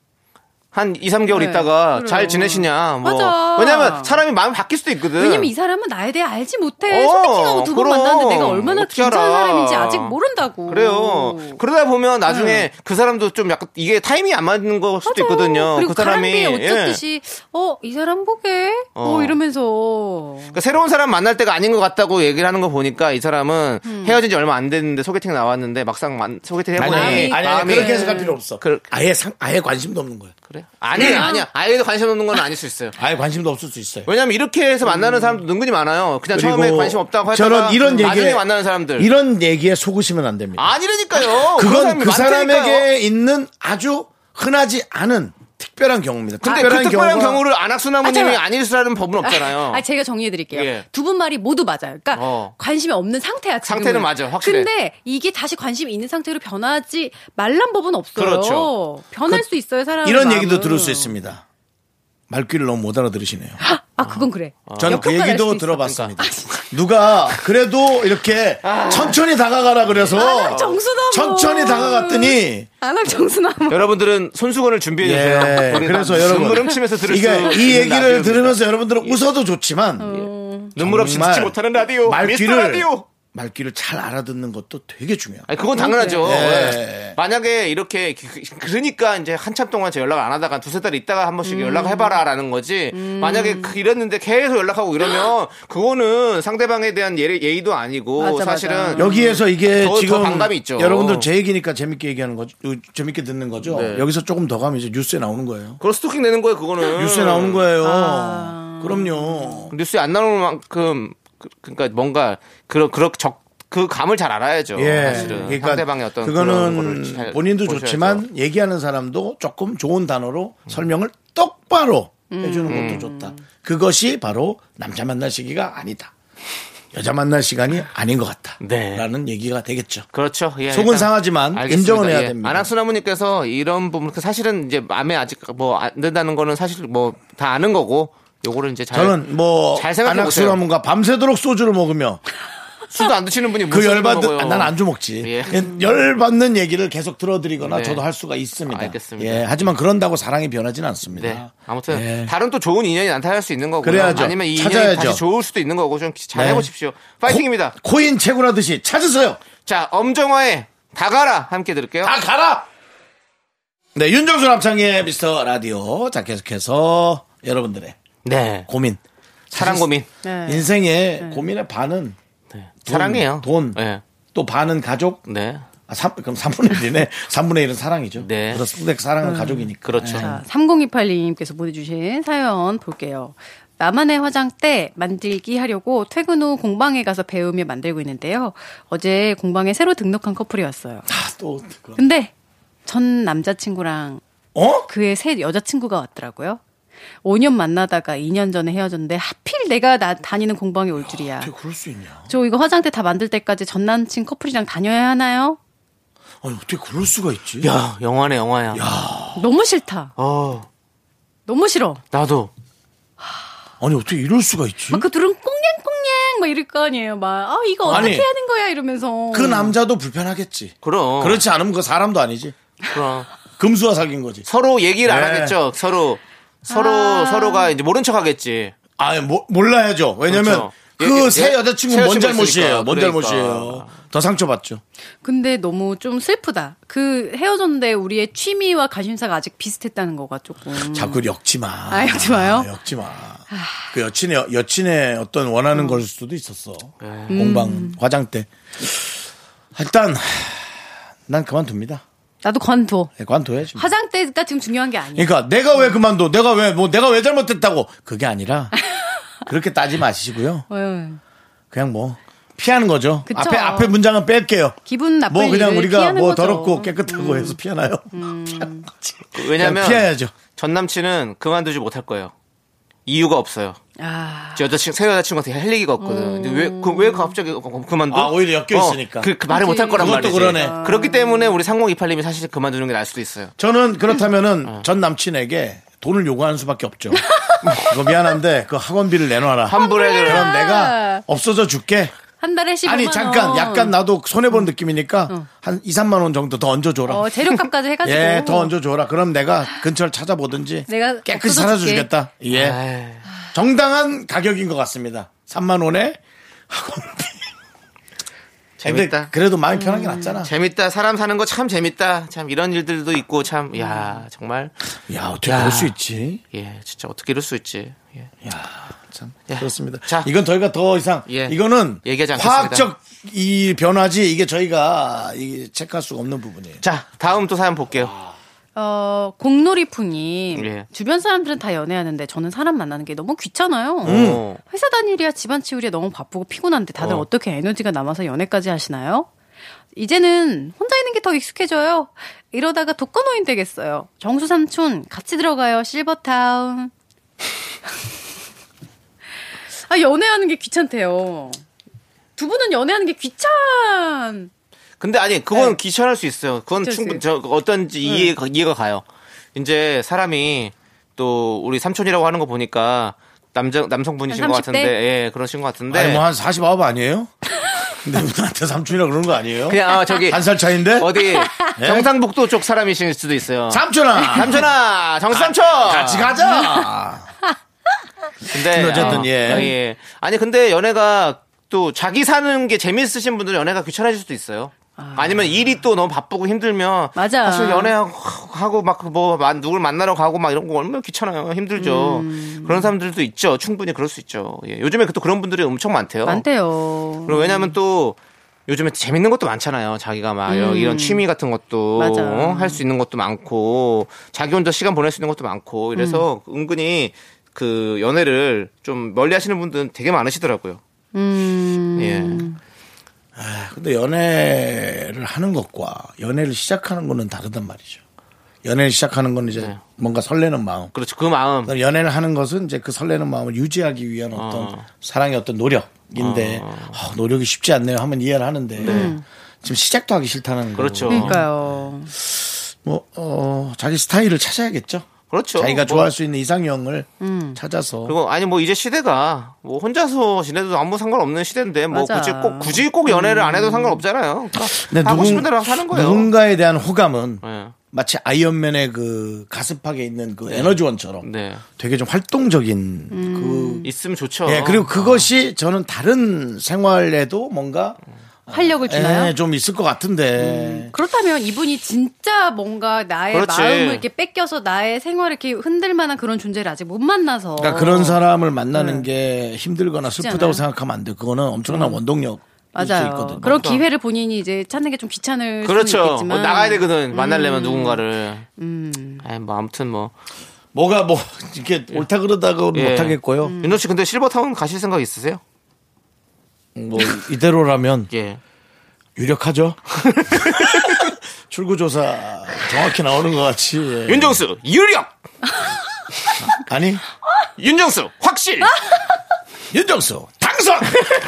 [SPEAKER 2] 한 2, 3개월
[SPEAKER 8] 네,
[SPEAKER 2] 있다가
[SPEAKER 8] 그래요.
[SPEAKER 2] 잘 지내시냐. 뭐.
[SPEAKER 8] 맞아.
[SPEAKER 2] 왜냐면 사람이 마음이 바뀔 수도 있거든.
[SPEAKER 8] 왜냐면 이 사람은 나에 대해 알지 못해.
[SPEAKER 2] 예. 어,
[SPEAKER 8] 소개팅하고 두 번
[SPEAKER 2] 그럼.
[SPEAKER 8] 만났는데 내가 얼마나
[SPEAKER 2] 어떻게 알아.
[SPEAKER 8] 괜찮은 사람인지 아직 모른다고.
[SPEAKER 2] 그래요. 그러다 보면 나중에 그 사람도 좀 약간 이게 타이밍이 안 맞는 걸 수도
[SPEAKER 8] 예. 맞아요.
[SPEAKER 2] 있거든요.
[SPEAKER 8] 그리고
[SPEAKER 2] 그 사람이.
[SPEAKER 8] 가랑비에
[SPEAKER 2] 예.
[SPEAKER 8] 어쩌듯이 어 이 사람 보게 어.
[SPEAKER 2] 어.
[SPEAKER 8] 이러면서
[SPEAKER 2] 그러니까 새로운 사람 만날 때가 아닌 것 같다고 얘기를 하는 거 보니까 이 사람은 헤어진 지 얼마 안 됐는데 소개팅 나왔는데 막상 만- 소개팅 해보니
[SPEAKER 1] 아니, 아니, 아니,
[SPEAKER 2] 마음이-
[SPEAKER 1] 그렇게 해석할 필요 없어.
[SPEAKER 2] 그럴-
[SPEAKER 1] 아예 상, 아예 관심도 없는 거야.
[SPEAKER 2] 그래? 아니, 아니야. 아예도 관심 없는 건 아닐 수 있어요.
[SPEAKER 1] 아예 관심도 없을 수 있어요.
[SPEAKER 2] 왜냐면 이렇게 해서 만나는 사람도 은근히 많아요. 그냥 그러니까 처음에 관심
[SPEAKER 1] 음.
[SPEAKER 2] 없다고 했다가 그
[SPEAKER 1] 저런 이런
[SPEAKER 2] 나중에
[SPEAKER 1] 얘기에
[SPEAKER 2] 만나는 사람들.
[SPEAKER 1] 이런 얘기에 속으시면 안 됩니다.
[SPEAKER 2] 아니라니까요.
[SPEAKER 1] 그건 그
[SPEAKER 2] 많다니까요.
[SPEAKER 1] 사람에게 있는 아주 흔하지 않은 특별한 경우입니다.
[SPEAKER 2] 근데 그 특별한 경우를 안학수나무님이 아닐수라는 법은 없잖아요.
[SPEAKER 8] 아, 제가 정리해드릴게요.
[SPEAKER 2] 예.
[SPEAKER 8] 두 분 말이 모두 맞아요. 그러니까
[SPEAKER 2] 어.
[SPEAKER 8] 관심이 없는 상태야 지금.
[SPEAKER 2] 상태는 맞아, 확실해.
[SPEAKER 8] 근데 이게 다시 관심이 있는 상태로 변하지 말란 법은 없어요.
[SPEAKER 2] 그렇죠.
[SPEAKER 8] 변할 수 있어요 사람.
[SPEAKER 1] 이런 얘기도 들을 수 있습니다. 말귀를 너무 못 알아들으시네요.
[SPEAKER 8] 아 그건 그래.
[SPEAKER 1] 저는 그
[SPEAKER 8] 역효과가 날수
[SPEAKER 1] 얘기도
[SPEAKER 8] 있어.
[SPEAKER 1] 들어봤습니다.
[SPEAKER 8] 아,
[SPEAKER 1] 누가 그래도 이렇게
[SPEAKER 2] 아.
[SPEAKER 1] 천천히 다가가라 그래서
[SPEAKER 8] 아, 정수나무.
[SPEAKER 1] 천천히 다가갔더니
[SPEAKER 8] 안학 그러니까. 정수나무.
[SPEAKER 2] 여러분들은 손수건을 준비해 주세요.
[SPEAKER 1] 예, 그래서 여러분
[SPEAKER 2] 눈물 훔치면서 들을 수
[SPEAKER 1] 이게
[SPEAKER 2] 있는
[SPEAKER 1] 이 얘기를
[SPEAKER 2] 라디오입니다. 예.
[SPEAKER 1] 들으면서 여러분들은 웃어도 좋지만
[SPEAKER 2] 눈물 없이
[SPEAKER 1] 정말
[SPEAKER 2] 듣지 못하는 라디오 미스터
[SPEAKER 1] 말귀를
[SPEAKER 2] 라디오.
[SPEAKER 1] 말귀를 잘 알아듣는 것도 되게 중요해요.
[SPEAKER 2] 아니, 그건 당연하죠.
[SPEAKER 1] 예.
[SPEAKER 2] 만약에 이렇게 그- 그러니까 이제 한참 동안 제 연락 안 하다가 두세 달 있다가 한
[SPEAKER 1] 음.
[SPEAKER 2] 번씩 연락해봐라라는 거지. 만약에 그 이랬는데 계속 연락하고 이러면 그거는 상대방에 대한 예의도 아니고
[SPEAKER 8] 맞아, 맞아.
[SPEAKER 2] 사실은
[SPEAKER 1] 여기에서 이게
[SPEAKER 2] 음. 더- 더
[SPEAKER 1] 지금
[SPEAKER 2] 반감이 있죠.
[SPEAKER 1] 여러분들 제 얘기니까 재밌게 얘기하는 거죠. 재밌게 듣는 거죠.
[SPEAKER 2] 네.
[SPEAKER 1] 여기서 조금 더 가면 이제 뉴스에 나오는 거예요.
[SPEAKER 2] 그런 스토킹 내는 거예요. 그거는
[SPEAKER 1] 뉴스에 나오는 거예요. 그럼요.
[SPEAKER 2] 뉴스에 안 나올 만큼 그- 그러니까 뭔가 그런 그런 적그 감을 잘 알아야죠.
[SPEAKER 1] 예.
[SPEAKER 2] 사실은
[SPEAKER 1] 그러니까
[SPEAKER 2] 상대방의 어떤 그런 거를
[SPEAKER 1] 그거는
[SPEAKER 2] 잘
[SPEAKER 1] 본인도
[SPEAKER 2] 보셔야죠. 음.
[SPEAKER 1] 좋지만 얘기하는 사람도 조금 좋은 단어로 설명을 똑바로 해주는 것도 좋다. 그것이 바로 남자 만날 시기가 아니다. 여자 만날 시간이 아닌 것 같다.
[SPEAKER 2] 네.
[SPEAKER 1] 라는 얘기가 되겠죠.
[SPEAKER 2] 그렇죠. 예,
[SPEAKER 1] 속은
[SPEAKER 2] 일단
[SPEAKER 1] 상하지만
[SPEAKER 2] 알겠습니다.
[SPEAKER 1] 인정은 해야
[SPEAKER 2] 예.
[SPEAKER 1] 됩니다.
[SPEAKER 2] 안학수나무님께서 이런 부분 그 사실은 이제 마음에 아직 뭐 안 된다는 거는 사실 뭐 다 아는 거고 요거를 이제 잘
[SPEAKER 1] 저는 뭐
[SPEAKER 2] 아, 잘 생각해
[SPEAKER 1] 안학수
[SPEAKER 2] 보세요.
[SPEAKER 1] 나무가 밤새도록 소주를 먹으며
[SPEAKER 2] 술도 안 드시는 분이
[SPEAKER 1] 그
[SPEAKER 2] 무슨
[SPEAKER 1] 열받는
[SPEAKER 2] 먹어요.
[SPEAKER 1] 난 안주 먹지
[SPEAKER 2] 예.
[SPEAKER 1] 열받는 얘기를 계속 들어드리거나
[SPEAKER 2] 네.
[SPEAKER 1] 저도 할 수가 있습니다.
[SPEAKER 2] 알겠습니다.
[SPEAKER 1] 예, 하지만 그런다고 사랑이 변하지는 않습니다.
[SPEAKER 2] 네. 아무튼
[SPEAKER 1] 예.
[SPEAKER 2] 다른 또 좋은 인연이 나타날 수 있는 거고
[SPEAKER 1] 그래야죠.
[SPEAKER 2] 아니면 이 인연이
[SPEAKER 1] 찾아야죠.
[SPEAKER 2] 다시 좋을 수도 있는 거고 좀 잘
[SPEAKER 1] 네.
[SPEAKER 2] 해보십시오. 파이팅입니다.
[SPEAKER 1] 코, 인 채굴하듯이 찾으세요.
[SPEAKER 2] 자 엄정화의 다 가라 함께 들을게요.
[SPEAKER 1] 다 아, 가라. 네, 윤정수 남창의 미스터 라디오 자 계속해서 여러분들의
[SPEAKER 2] 네.
[SPEAKER 1] 고민
[SPEAKER 2] 사랑 고민.
[SPEAKER 8] 네.
[SPEAKER 1] 인생의 고민의 반은 돈,
[SPEAKER 2] 네. 사랑이에요.
[SPEAKER 1] 돈.
[SPEAKER 2] 네.
[SPEAKER 1] 또 반은 가족.
[SPEAKER 2] 네.
[SPEAKER 1] 아, 삼- 그럼 3분의 1이네. 음. 3분의 1은 사랑이죠.
[SPEAKER 2] 네.
[SPEAKER 1] 그렇습니다. 사랑은 가족이니까.
[SPEAKER 2] 그렇죠.
[SPEAKER 1] 예.
[SPEAKER 8] 자, 3028님께서 보내주신 사연 볼게요. 나만의 화장대 만들기 하려고 퇴근 후 공방에 가서 배우며 만들고 있는데요. 어제 공방에 새로 등록한 커플이 왔어요.
[SPEAKER 1] 아, 또 그런-
[SPEAKER 8] 근데 전 남자친구랑
[SPEAKER 1] 어?
[SPEAKER 8] 그의 새 여자친구가 왔더라고요. 5년 만나다가 2년 전에 헤어졌는데 하필 내가 나, 다니는 공방에 올 줄이야.
[SPEAKER 1] 어떻게 그럴 수 있냐?
[SPEAKER 8] 저 이거 화장대 다 만들 때까지 전 남친 커플이랑 다녀야 하나요?
[SPEAKER 1] 아니 어떻게 그럴 수가 있지?
[SPEAKER 2] 야 영화네 영화야.
[SPEAKER 8] 너무 싫다.
[SPEAKER 2] 어
[SPEAKER 8] 너무 싫어.
[SPEAKER 2] 나도
[SPEAKER 1] 아니 어떻게 이럴 수가 있지?
[SPEAKER 8] 막 그 둘은 꽁냥꽁냥 막 이럴 거 아니에요. 막, 아, 이거 어떻게
[SPEAKER 1] 아니,
[SPEAKER 8] 하는 거야? 이러면서.
[SPEAKER 1] 그 남자도 불편하겠지.
[SPEAKER 2] 그럼
[SPEAKER 1] 그렇지 않으면 그 사람도 아니지.
[SPEAKER 2] 그럼.
[SPEAKER 1] 금수와 사귄 거지.
[SPEAKER 2] 서로 얘기를 안
[SPEAKER 1] 네.
[SPEAKER 2] 하겠죠. 서로 서로 서로가 이제 모른 척하겠지.
[SPEAKER 1] 아, 뭐, 몰라야죠. 왜냐면
[SPEAKER 2] 그렇죠.
[SPEAKER 1] 그
[SPEAKER 2] 예, 예,
[SPEAKER 1] 새
[SPEAKER 2] 예.
[SPEAKER 1] 여자친구
[SPEAKER 2] 새
[SPEAKER 1] 뭔
[SPEAKER 2] 여자친구
[SPEAKER 1] 잘못이에요. 뭔
[SPEAKER 2] 있으니까. 그러니까.
[SPEAKER 1] 잘못이에요. 더 상처받죠.
[SPEAKER 8] 근데 너무 좀 슬프다. 그 헤어졌는데 우리의 취미와 관심사가 아직 비슷했다는 거가 조금.
[SPEAKER 1] 자꾸 엮지 마.
[SPEAKER 8] 아, 엮지 마요?
[SPEAKER 1] 아, 엮지 마. 그 여친의, 여친의 어떤 원하는 걸 수도 있었어.
[SPEAKER 2] 네.
[SPEAKER 1] 공방, 화장 때. 일단, 난 그만둡니다.
[SPEAKER 8] 나도 관둬.
[SPEAKER 1] 예, 관둬야지. 뭐.
[SPEAKER 8] 화장대가 지금 중요한 게 아니야.
[SPEAKER 1] 그러니까 내가 왜 그만둬? 내가 왜, 뭐, 내가 왜 잘못했다고? 그게 아니라, 그렇게 따지 마시고요.
[SPEAKER 8] 예.
[SPEAKER 1] 그냥 뭐, 피하는 거죠.
[SPEAKER 8] 그쵸.
[SPEAKER 1] 앞에, 앞에 문장은 뺄게요.
[SPEAKER 8] 기분 나쁠
[SPEAKER 1] 뭐 그냥
[SPEAKER 8] 일을
[SPEAKER 1] 우리가
[SPEAKER 8] 피하는
[SPEAKER 1] 뭐
[SPEAKER 8] 거죠. 음.
[SPEAKER 1] 더럽고 깨끗하고 해서 피하나요? 피하는 거지.
[SPEAKER 2] 왜냐면
[SPEAKER 1] 그냥 피해야죠.
[SPEAKER 2] 전 남친은 그만두지 못할 거예요. 이유가 없어요.
[SPEAKER 8] 아.
[SPEAKER 2] 제 여자친 새 여자친구한테 할 얘기가 없거든. 왜왜 그, 왜 갑자기 그만둬?
[SPEAKER 1] 아, 오히려 엮여
[SPEAKER 2] 어,
[SPEAKER 1] 있으니까.
[SPEAKER 2] 그, 그 말을 못할 거란
[SPEAKER 1] 그것도
[SPEAKER 2] 말이지.
[SPEAKER 1] 그러네.
[SPEAKER 2] 그렇기 때문에 우리 상공이팔님이 사실 그만두는 게 나을 수도 있어요.
[SPEAKER 1] 저는 그렇다면은
[SPEAKER 2] 어.
[SPEAKER 1] 전 남친에게 돈을 요구하는 수밖에 없죠. 이거 미안한데 그 학원비를 내놔라.
[SPEAKER 2] 환불해줘라.
[SPEAKER 1] 그럼 내가 없어져 줄게.
[SPEAKER 8] 한 달에 15만
[SPEAKER 1] 아니 잠깐
[SPEAKER 8] 원. 음.
[SPEAKER 1] 약간 나도 손해 보는 느낌이니까 한 2, 3만 원 정도 더 얹어 줘라.
[SPEAKER 8] 어, 재료값까지 해가지고.
[SPEAKER 1] 예, 더 얹어 줘라. 그럼 내가 근처를 찾아보든지
[SPEAKER 8] 내가
[SPEAKER 1] 깨끗이
[SPEAKER 8] 없어져
[SPEAKER 1] 살아
[SPEAKER 8] 줄게.
[SPEAKER 1] 주겠다. 예.
[SPEAKER 2] 에이,
[SPEAKER 1] 정당한 가격인 것 같습니다. 3만 원에 학원비.
[SPEAKER 2] 재밌다.
[SPEAKER 1] 근데 그래도 마음이 편한 게 낫잖아.
[SPEAKER 2] 재밌다. 사람 사는 거 참 재밌다. 참 이런 일들도 있고 참, 야 정말,
[SPEAKER 1] 야 어떻게
[SPEAKER 2] 야.
[SPEAKER 1] 그럴 수 있지?
[SPEAKER 2] 예 진짜 어떻게 이럴 수 있지. 예.
[SPEAKER 1] 참
[SPEAKER 2] 예.
[SPEAKER 1] 그렇습니다.
[SPEAKER 2] 자.
[SPEAKER 1] 이건 저희가 더 이상
[SPEAKER 2] 예.
[SPEAKER 1] 이거는
[SPEAKER 2] 얘기하지 않겠습니다.
[SPEAKER 1] 화학적 이 변화지 이게 저희가 이 체크할 수가 없는 부분이에요.
[SPEAKER 2] 자 다음 또 사연 볼게요.
[SPEAKER 8] 어, 공놀이풍님.
[SPEAKER 2] 예.
[SPEAKER 8] 주변 사람들은 다 연애하는데 저는 사람 만나는 게 너무 귀찮아요.
[SPEAKER 2] 음.
[SPEAKER 8] 회사 다니랴 집안 치우랴 너무 바쁘고 피곤한데 다들
[SPEAKER 2] 어.
[SPEAKER 8] 어. 떻게 에너지가 남아서 연애까지 하시나요? 이제는 혼자 있는 게 더 익숙해져요. 이러다가 독거노인 되겠어요. 정수 삼촌 같이 들어가요. 실버타운. 아 연애하는 게 귀찮대요. 두 분은 연애하는 게 귀찮.
[SPEAKER 2] 근데 아니 그건 귀찮을 수 있어요. 그건
[SPEAKER 8] 네.
[SPEAKER 2] 충분
[SPEAKER 8] 귀찮을 수 네.
[SPEAKER 2] 저 어떤지 이해가 이해가 가요. 이제 사람이 또 우리 삼촌이라고 하는 거 보니까 남자 남성분이신
[SPEAKER 8] 한
[SPEAKER 2] 것
[SPEAKER 8] 30대?
[SPEAKER 2] 같은데 예 그러신 것 같은데
[SPEAKER 1] 아니 뭐 한 49 아니에요? 근데 나한테 삼촌이라 그러는 거 아니에요?
[SPEAKER 2] 그냥 아, 저기
[SPEAKER 1] 한 살 차인데
[SPEAKER 2] 어디 경상북도 쪽 사람이실 수도 있어요.
[SPEAKER 1] 삼촌아
[SPEAKER 2] 삼촌아 정삼촌
[SPEAKER 1] 같이 가자.
[SPEAKER 2] 근데
[SPEAKER 1] 어쨌든,
[SPEAKER 2] 아,
[SPEAKER 1] 예.
[SPEAKER 2] 아, 예 아니 근데 연애가 또 자기 사는 게 재밌으신 분들은 연애가 귀찮아질 수도 있어요. 아니면 일이 또 너무 바쁘고 힘들면
[SPEAKER 8] 맞아.
[SPEAKER 2] 사실 연애하고 하고 막뭐 누굴 만나러 가고 막 이런 거 얼마나 귀찮아요 힘들죠 그런 사람들도 있죠 충분히 그럴 수 있죠 예. 요즘에 또 그런 분들이 엄청 많대요
[SPEAKER 8] 많대요.
[SPEAKER 2] 그리고 왜냐하면 또 요즘에 재밌는 것도 많잖아요. 자기가 막 이런- 이런 취미 같은 것도
[SPEAKER 8] 음. 맞아.
[SPEAKER 2] 할 수 있는 것도 많고 자기 혼자 시간 보낼 수 있는 것도 많고 이래서
[SPEAKER 8] 음.
[SPEAKER 2] 은근히 그 연애를 좀 멀리 하시는 분들은 되게 많으시더라고요.
[SPEAKER 8] 음,
[SPEAKER 2] 예.
[SPEAKER 1] 근데 연애를 하는 것과 연애를 시작하는 거는 다르단 말이죠. 연애를 시작하는 건 이제
[SPEAKER 2] 네.
[SPEAKER 1] 뭔가 설레는 마음.
[SPEAKER 2] 그렇죠. 그 마음.
[SPEAKER 1] 그다음에 연애를 하는 것은 이제 그 설레는 마음을 유지하기 위한 어떤
[SPEAKER 2] 어.
[SPEAKER 1] 사랑의 어떤 노력. 노력인데 아, 노력이 쉽지 않네요 하면 이해를 하는데 지금 시작도 하기 싫다는
[SPEAKER 2] 그렇죠.
[SPEAKER 1] 거고.
[SPEAKER 8] 그러니까요.
[SPEAKER 1] 뭐 어, 자기 스타일을 찾아야겠죠.
[SPEAKER 2] 그렇죠.
[SPEAKER 1] 자기가
[SPEAKER 2] 뭐,
[SPEAKER 1] 좋아할 수 있는 이상형을
[SPEAKER 8] 음.
[SPEAKER 1] 찾아서
[SPEAKER 2] 그리고 아니 뭐 이제 시대가 뭐 혼자서 지내도 아무 상관없는 시대인데 뭐
[SPEAKER 8] 맞아.
[SPEAKER 2] 굳이 꼭 굳이 꼭 연애를 안 해도
[SPEAKER 8] 음.
[SPEAKER 2] 상관없잖아요. 그러니까
[SPEAKER 1] 근데
[SPEAKER 2] 하고
[SPEAKER 1] 누군-
[SPEAKER 2] 싶은 대로 하는 거예요.
[SPEAKER 1] 누군가에 대한 호감은
[SPEAKER 2] 네.
[SPEAKER 1] 마치 아이언맨의 그 가슴팍에 있는 그 에너지원처럼
[SPEAKER 2] 네.
[SPEAKER 1] 되게 좀 활동적인
[SPEAKER 8] 음.
[SPEAKER 1] 그
[SPEAKER 2] 있으면 좋죠. 어.
[SPEAKER 1] 예, 그리고 그것이 저는 다른 생활에도 뭔가
[SPEAKER 8] 활력을 주나요? 음.
[SPEAKER 1] 예, 좀 있을 것 같은데
[SPEAKER 8] 그렇다면 이분이 진짜 뭔가 나의
[SPEAKER 2] 그렇지.
[SPEAKER 8] 마음을 이렇게 뺏겨서 나의 생활을 이렇게 흔들 만한 그런 존재를 아직 못 만나서.
[SPEAKER 1] 그러니까 그런 사람을 만나는
[SPEAKER 8] 네.
[SPEAKER 1] 게 힘들거나
[SPEAKER 8] 쉽지
[SPEAKER 1] 슬프다고
[SPEAKER 8] 않아요.
[SPEAKER 1] 생각하면 안 돼. 그거는 엄청난 원동력. 수
[SPEAKER 8] 네. 음. 맞아요.
[SPEAKER 1] 있거든요.
[SPEAKER 8] 그런 기회를 본인이 이제 찾는 게 좀 귀찮을 수는
[SPEAKER 2] 그러니까. 그렇죠.
[SPEAKER 8] 있겠지만 음.
[SPEAKER 2] 뭐 나가야 되거든. 만나려면 누군가를. 아이 뭐 아무튼 뭐
[SPEAKER 1] 뭐가 뭐 이렇게 옳다 그러다가
[SPEAKER 2] 예.
[SPEAKER 1] 못하겠고요.
[SPEAKER 8] 음.
[SPEAKER 2] 윤호 씨 근데 실버타운 가실 생각 있으세요?
[SPEAKER 1] 뭐 이대로라면
[SPEAKER 2] 예.
[SPEAKER 1] 유력하죠. 출구 조사 정확히 나오는 것 같이. 예.
[SPEAKER 2] 윤정수 유력.
[SPEAKER 1] 아니
[SPEAKER 2] 윤정수 확실.
[SPEAKER 8] 아!
[SPEAKER 1] 윤정수 당선.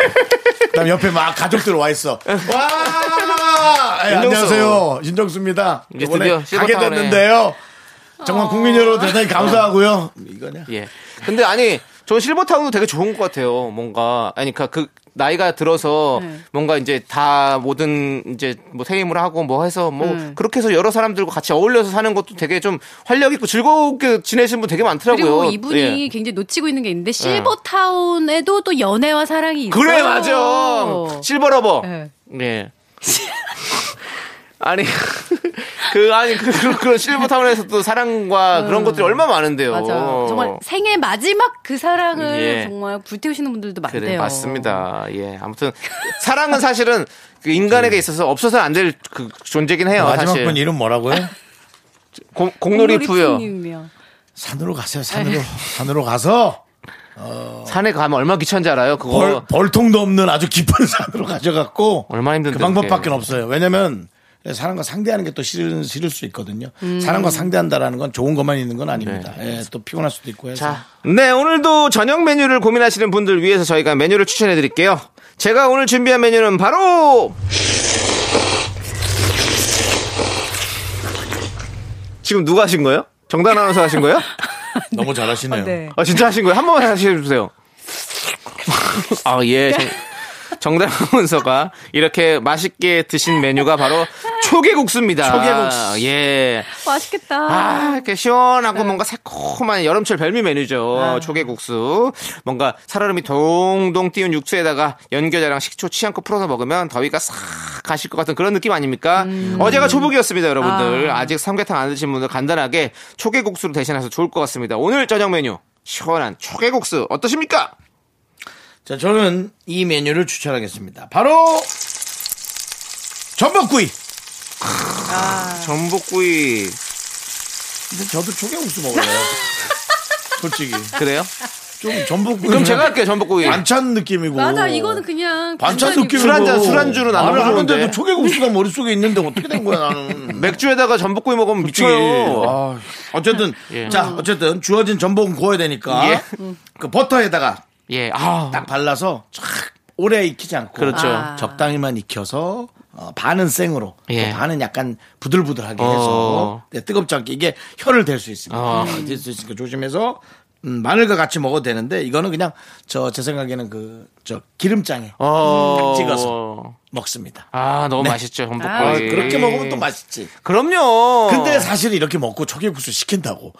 [SPEAKER 1] 그다음 옆에 막 가족들 와 있어. 와 예,
[SPEAKER 2] 윤정수.
[SPEAKER 1] 안녕하세요 윤정수입니다.
[SPEAKER 2] 이제 드디어
[SPEAKER 1] 이번에 가게
[SPEAKER 2] 실버타운에.
[SPEAKER 1] 됐는데요. 정말 국민 여러분
[SPEAKER 8] 아.
[SPEAKER 1] 대단히 감사하고요. 이거냐?
[SPEAKER 2] 예. 근데 아니 저 실버타운도 되게 좋은 것 같아요. 뭔가 아니 그러니까 그 나이가 들어서
[SPEAKER 8] 네.
[SPEAKER 2] 뭔가 이제 다 모든 이제 뭐 퇴임을 하고 뭐 해서 뭐
[SPEAKER 8] 네.
[SPEAKER 2] 그렇게 해서 여러 사람들과 같이 어울려서 사는 것도 되게 좀 활력 있고 즐겁게 지내시는 분 되게 많더라고요.
[SPEAKER 8] 그리고 이분이
[SPEAKER 2] 예.
[SPEAKER 8] 굉장히 놓치고 있는 게 있는데 실버타운에도 또 연애와 사랑이 있어요.
[SPEAKER 2] 그래 맞아. 실버러버.
[SPEAKER 8] 예.
[SPEAKER 2] 예. 아니 그 아니 그 그런, 그런 실버타운에서 또 사랑과 그런 것들이 얼마나 많은데요.
[SPEAKER 8] 음. 맞아. 정말 생애 마지막 그 사랑을
[SPEAKER 2] 예.
[SPEAKER 8] 정말 불태우시는 분들도 많대요.
[SPEAKER 2] 그래 맞습니다. 예 아무튼 사랑은 사실은 그 인간에게 있어서 없어서는 안 될 그 존재긴 해요.
[SPEAKER 1] 네. 마지막
[SPEAKER 2] 사실
[SPEAKER 1] 분 이름 뭐라고요?
[SPEAKER 2] 공, 공놀이 부여
[SPEAKER 8] 푸님이요.
[SPEAKER 1] 산으로 가세요.
[SPEAKER 2] 네.
[SPEAKER 1] 산으로 산으로 가서
[SPEAKER 2] 산에 가면 얼마 나 귀찮은지 알아요. 그거
[SPEAKER 1] 벌, 벌통도 없는 아주 깊은 산으로 가져갔고
[SPEAKER 2] 뭐. 얼마나 힘든데,
[SPEAKER 1] 그 방법밖에
[SPEAKER 2] 그게.
[SPEAKER 1] 없어요. 왜냐면 사람과 상대하는 게 또 싫은 싫을 수 있거든요.
[SPEAKER 8] 음.
[SPEAKER 1] 사람과 상대한다라는 건 좋은 것만 있는 건 아닙니다. 예, 또 피곤할 수도 있고 해서
[SPEAKER 2] 네. 자, 네 오늘도 저녁 메뉴를 고민하시는 분들 위해서 저희가 메뉴를 추천해 드릴게요. 제가 오늘 준비한 메뉴는 바로 지금 누가 하신 거예요? 정단 아나운서 하신 거예요?
[SPEAKER 1] 너무 잘하시네요.
[SPEAKER 8] 네.
[SPEAKER 2] 아 진짜 하신 거예요? 한 번만 다시 해주세요. 아 예. 정답 아나운서가 이렇게 맛있게 드신 메뉴가 바로 초계국수입니다.
[SPEAKER 1] 초계국수.
[SPEAKER 2] 예.
[SPEAKER 8] 맛있겠다.
[SPEAKER 2] 아, 이렇게 시원하고 뭔가 새콤한 여름철 별미 메뉴죠. 초계국수. 뭔가 살얼음이 동동 띄운 육수에다가 연겨자랑 식초 취향껏 풀어서 먹으면 더위가 싹 가실 것 같은 그런 느낌 아닙니까? 어제가 초복이었습니다, 여러분들. 음. 아. 직 삼계탕 안 드신 분들 간단하게 초계국수로 대신해서 좋을 것 같습니다. 오늘 저녁 메뉴 시원한 초계국수 어떠십니까?
[SPEAKER 1] 자, 저는 이 메뉴를 추천하겠습니다. 바로 전복구이.
[SPEAKER 2] 전복구이
[SPEAKER 1] 근데 저도 초계국수 먹어요. 솔직히
[SPEAKER 2] 그래요?
[SPEAKER 1] 좀 전복구이.
[SPEAKER 2] 그럼 제가 할게요, 전복구이.
[SPEAKER 1] 반찬 느낌이고.
[SPEAKER 8] 맞아, 이거는 그냥 뭐.
[SPEAKER 1] 반찬
[SPEAKER 8] 반찬이고.
[SPEAKER 1] 느낌으로
[SPEAKER 2] 술 한잔, 술 한주로 나눠
[SPEAKER 1] 말을
[SPEAKER 2] 먹는 건데.
[SPEAKER 1] 하는데도 초계국수가 머릿속에 있는데 어떻게 된 거야 나는
[SPEAKER 2] 맥주에다가 전복구이 먹으면 미쳐요.
[SPEAKER 1] 미쳐요. 아, 어쨌든
[SPEAKER 2] 아. 예.
[SPEAKER 1] 자 어쨌든 주어진 전복은 구워야 되니까
[SPEAKER 2] 예.
[SPEAKER 1] 그 버터에다가
[SPEAKER 2] 예, 아,
[SPEAKER 1] 딱 발라서 쫙 오래 익히지 않고
[SPEAKER 2] 그렇죠.
[SPEAKER 8] 아.
[SPEAKER 1] 적당히만 익혀서 어, 반은 생으로
[SPEAKER 2] 예.
[SPEAKER 1] 또 반은 약간 부들부들하게 해서
[SPEAKER 2] 어.
[SPEAKER 1] 네, 뜨겁지 않게 이게 혀를 댈 수 있습니다.
[SPEAKER 2] 어.
[SPEAKER 1] 댈 수 있으니까 조심해서 음, 마늘과 같이 먹어도 되는데 이거는 그냥 저 제 생각에는 그 저 기름장에
[SPEAKER 2] 어.
[SPEAKER 1] 찍어서. 먹습니다.
[SPEAKER 2] 아 너무
[SPEAKER 1] 네.
[SPEAKER 2] 맛있죠 전복구이.
[SPEAKER 1] 아, 그렇게 먹으면 또 맛있지.
[SPEAKER 2] 그럼요.
[SPEAKER 1] 근데 사실 이렇게 먹고 초계국수 시킨다고.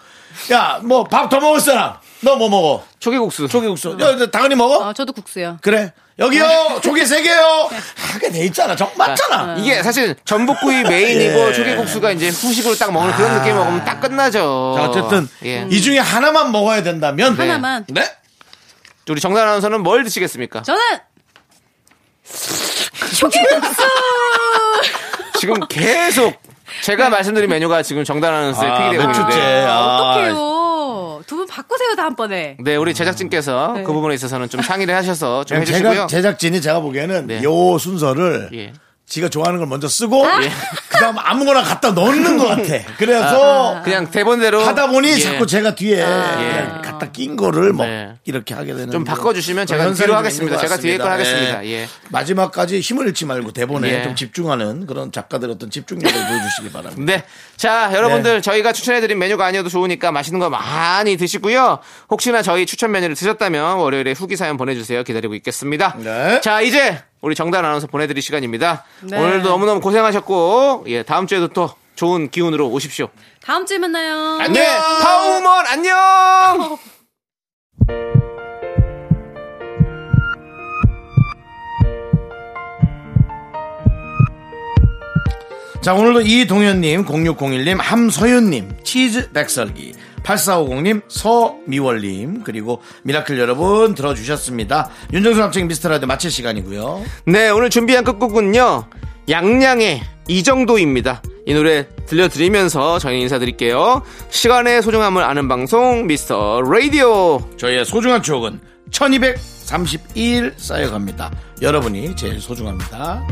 [SPEAKER 1] 야, 뭐 밥 더 먹을 사람. 너 뭐 먹어?
[SPEAKER 2] 초계국수.
[SPEAKER 1] 초계국수. 야, 너 당연히 먹어?
[SPEAKER 8] 아, 저도 국수요.
[SPEAKER 1] 그래. 여기요. 조개 세 개요. 하게 돼 있잖아. 정 맞잖아.
[SPEAKER 2] 이게 사실 전복구이 메인이고
[SPEAKER 1] 예. 아.
[SPEAKER 2] 초계국수가 이제 후식으로 딱 먹는 그런 느낌 먹으면 딱 끝나죠.
[SPEAKER 1] 자, 어쨌든
[SPEAKER 2] 예.
[SPEAKER 1] 이 중에 하나만 먹어야 된다면
[SPEAKER 8] 하나만.
[SPEAKER 1] 네.
[SPEAKER 2] 우리 정단 아나운서는 뭘 드시겠습니까?
[SPEAKER 8] 저는
[SPEAKER 2] 지금 계속 제가 말씀드린 메뉴가 지금 정단 아나운서의
[SPEAKER 1] 아,
[SPEAKER 2] 픽이 되고
[SPEAKER 1] 맥주째.
[SPEAKER 2] 있는데.
[SPEAKER 1] 아,
[SPEAKER 8] 어떡해요. 두 분 바꾸세요, 다음번에.
[SPEAKER 2] 네, 우리 제작진께서 그 부분에 있어서는 좀 상의를 하셔서 좀
[SPEAKER 1] 네, 제가
[SPEAKER 2] 해주시고요.
[SPEAKER 1] 제작진이 제가 보기에는
[SPEAKER 2] 네.
[SPEAKER 1] 요 순서를
[SPEAKER 2] 예.
[SPEAKER 1] 지가 좋아하는 걸 먼저 쓰고 그다음 아무거나 갖다 넣는 것 같아. 그래서
[SPEAKER 2] 그냥 대본대로
[SPEAKER 1] 하다 보니
[SPEAKER 2] 예.
[SPEAKER 1] 자꾸 제가 뒤에
[SPEAKER 2] 예.
[SPEAKER 1] 그냥 갖다 낀 거를 막
[SPEAKER 2] 네.
[SPEAKER 1] 이렇게 하게 되는
[SPEAKER 2] 좀 바꿔주시면 제가
[SPEAKER 1] 현상이
[SPEAKER 2] 뒤로
[SPEAKER 1] 좀
[SPEAKER 2] 하겠습니다.
[SPEAKER 1] 있는 것
[SPEAKER 2] 제가 뒤에 걸
[SPEAKER 1] 같습니다.
[SPEAKER 2] 하겠습니다. 예.
[SPEAKER 1] 마지막까지 힘을 잃지 말고 대본에
[SPEAKER 2] 예.
[SPEAKER 1] 좀 집중하는 그런 작가들 어떤 집중력을 보여주시기 바랍니다.
[SPEAKER 2] 네. 자, 여러분들 저희가 추천해드린 메뉴가 아니어도 좋으니까 맛있는 거 많이 드시고요. 혹시나 저희 추천 메뉴를 드셨다면 월요일에 후기 사연 보내주세요. 기다리고 있겠습니다.
[SPEAKER 1] 네.
[SPEAKER 2] 자, 이제 우리 정단 아나운서 보내드릴 시간입니다.
[SPEAKER 8] 네.
[SPEAKER 2] 오늘도 너무너무 고생하셨고, 예, 다음 주에도 또 좋은 기운으로 오십시오.
[SPEAKER 8] 다음 주에 만나요.
[SPEAKER 2] 안녕!
[SPEAKER 1] 네,
[SPEAKER 2] 파우먼 안녕!
[SPEAKER 1] 자, 오늘도 이동현님, 0601님, 함서윤님, 치즈 백설기, 8450님, 서미월님, 그리고 미라클 여러분 들어주셨습니다. 윤정수 남친 미스터라디오 마칠 시간이고요.
[SPEAKER 2] 네, 오늘 준비한 끝곡은요. 양양의 이 정도입니다. 이 노래 들려드리면서 저희 인사드릴게요. 시간의 소중함을 아는 방송 미스터 라디오.
[SPEAKER 1] 저희의 소중한 추억은 1232일 쌓여갑니다. 여러분이 제일 소중합니다.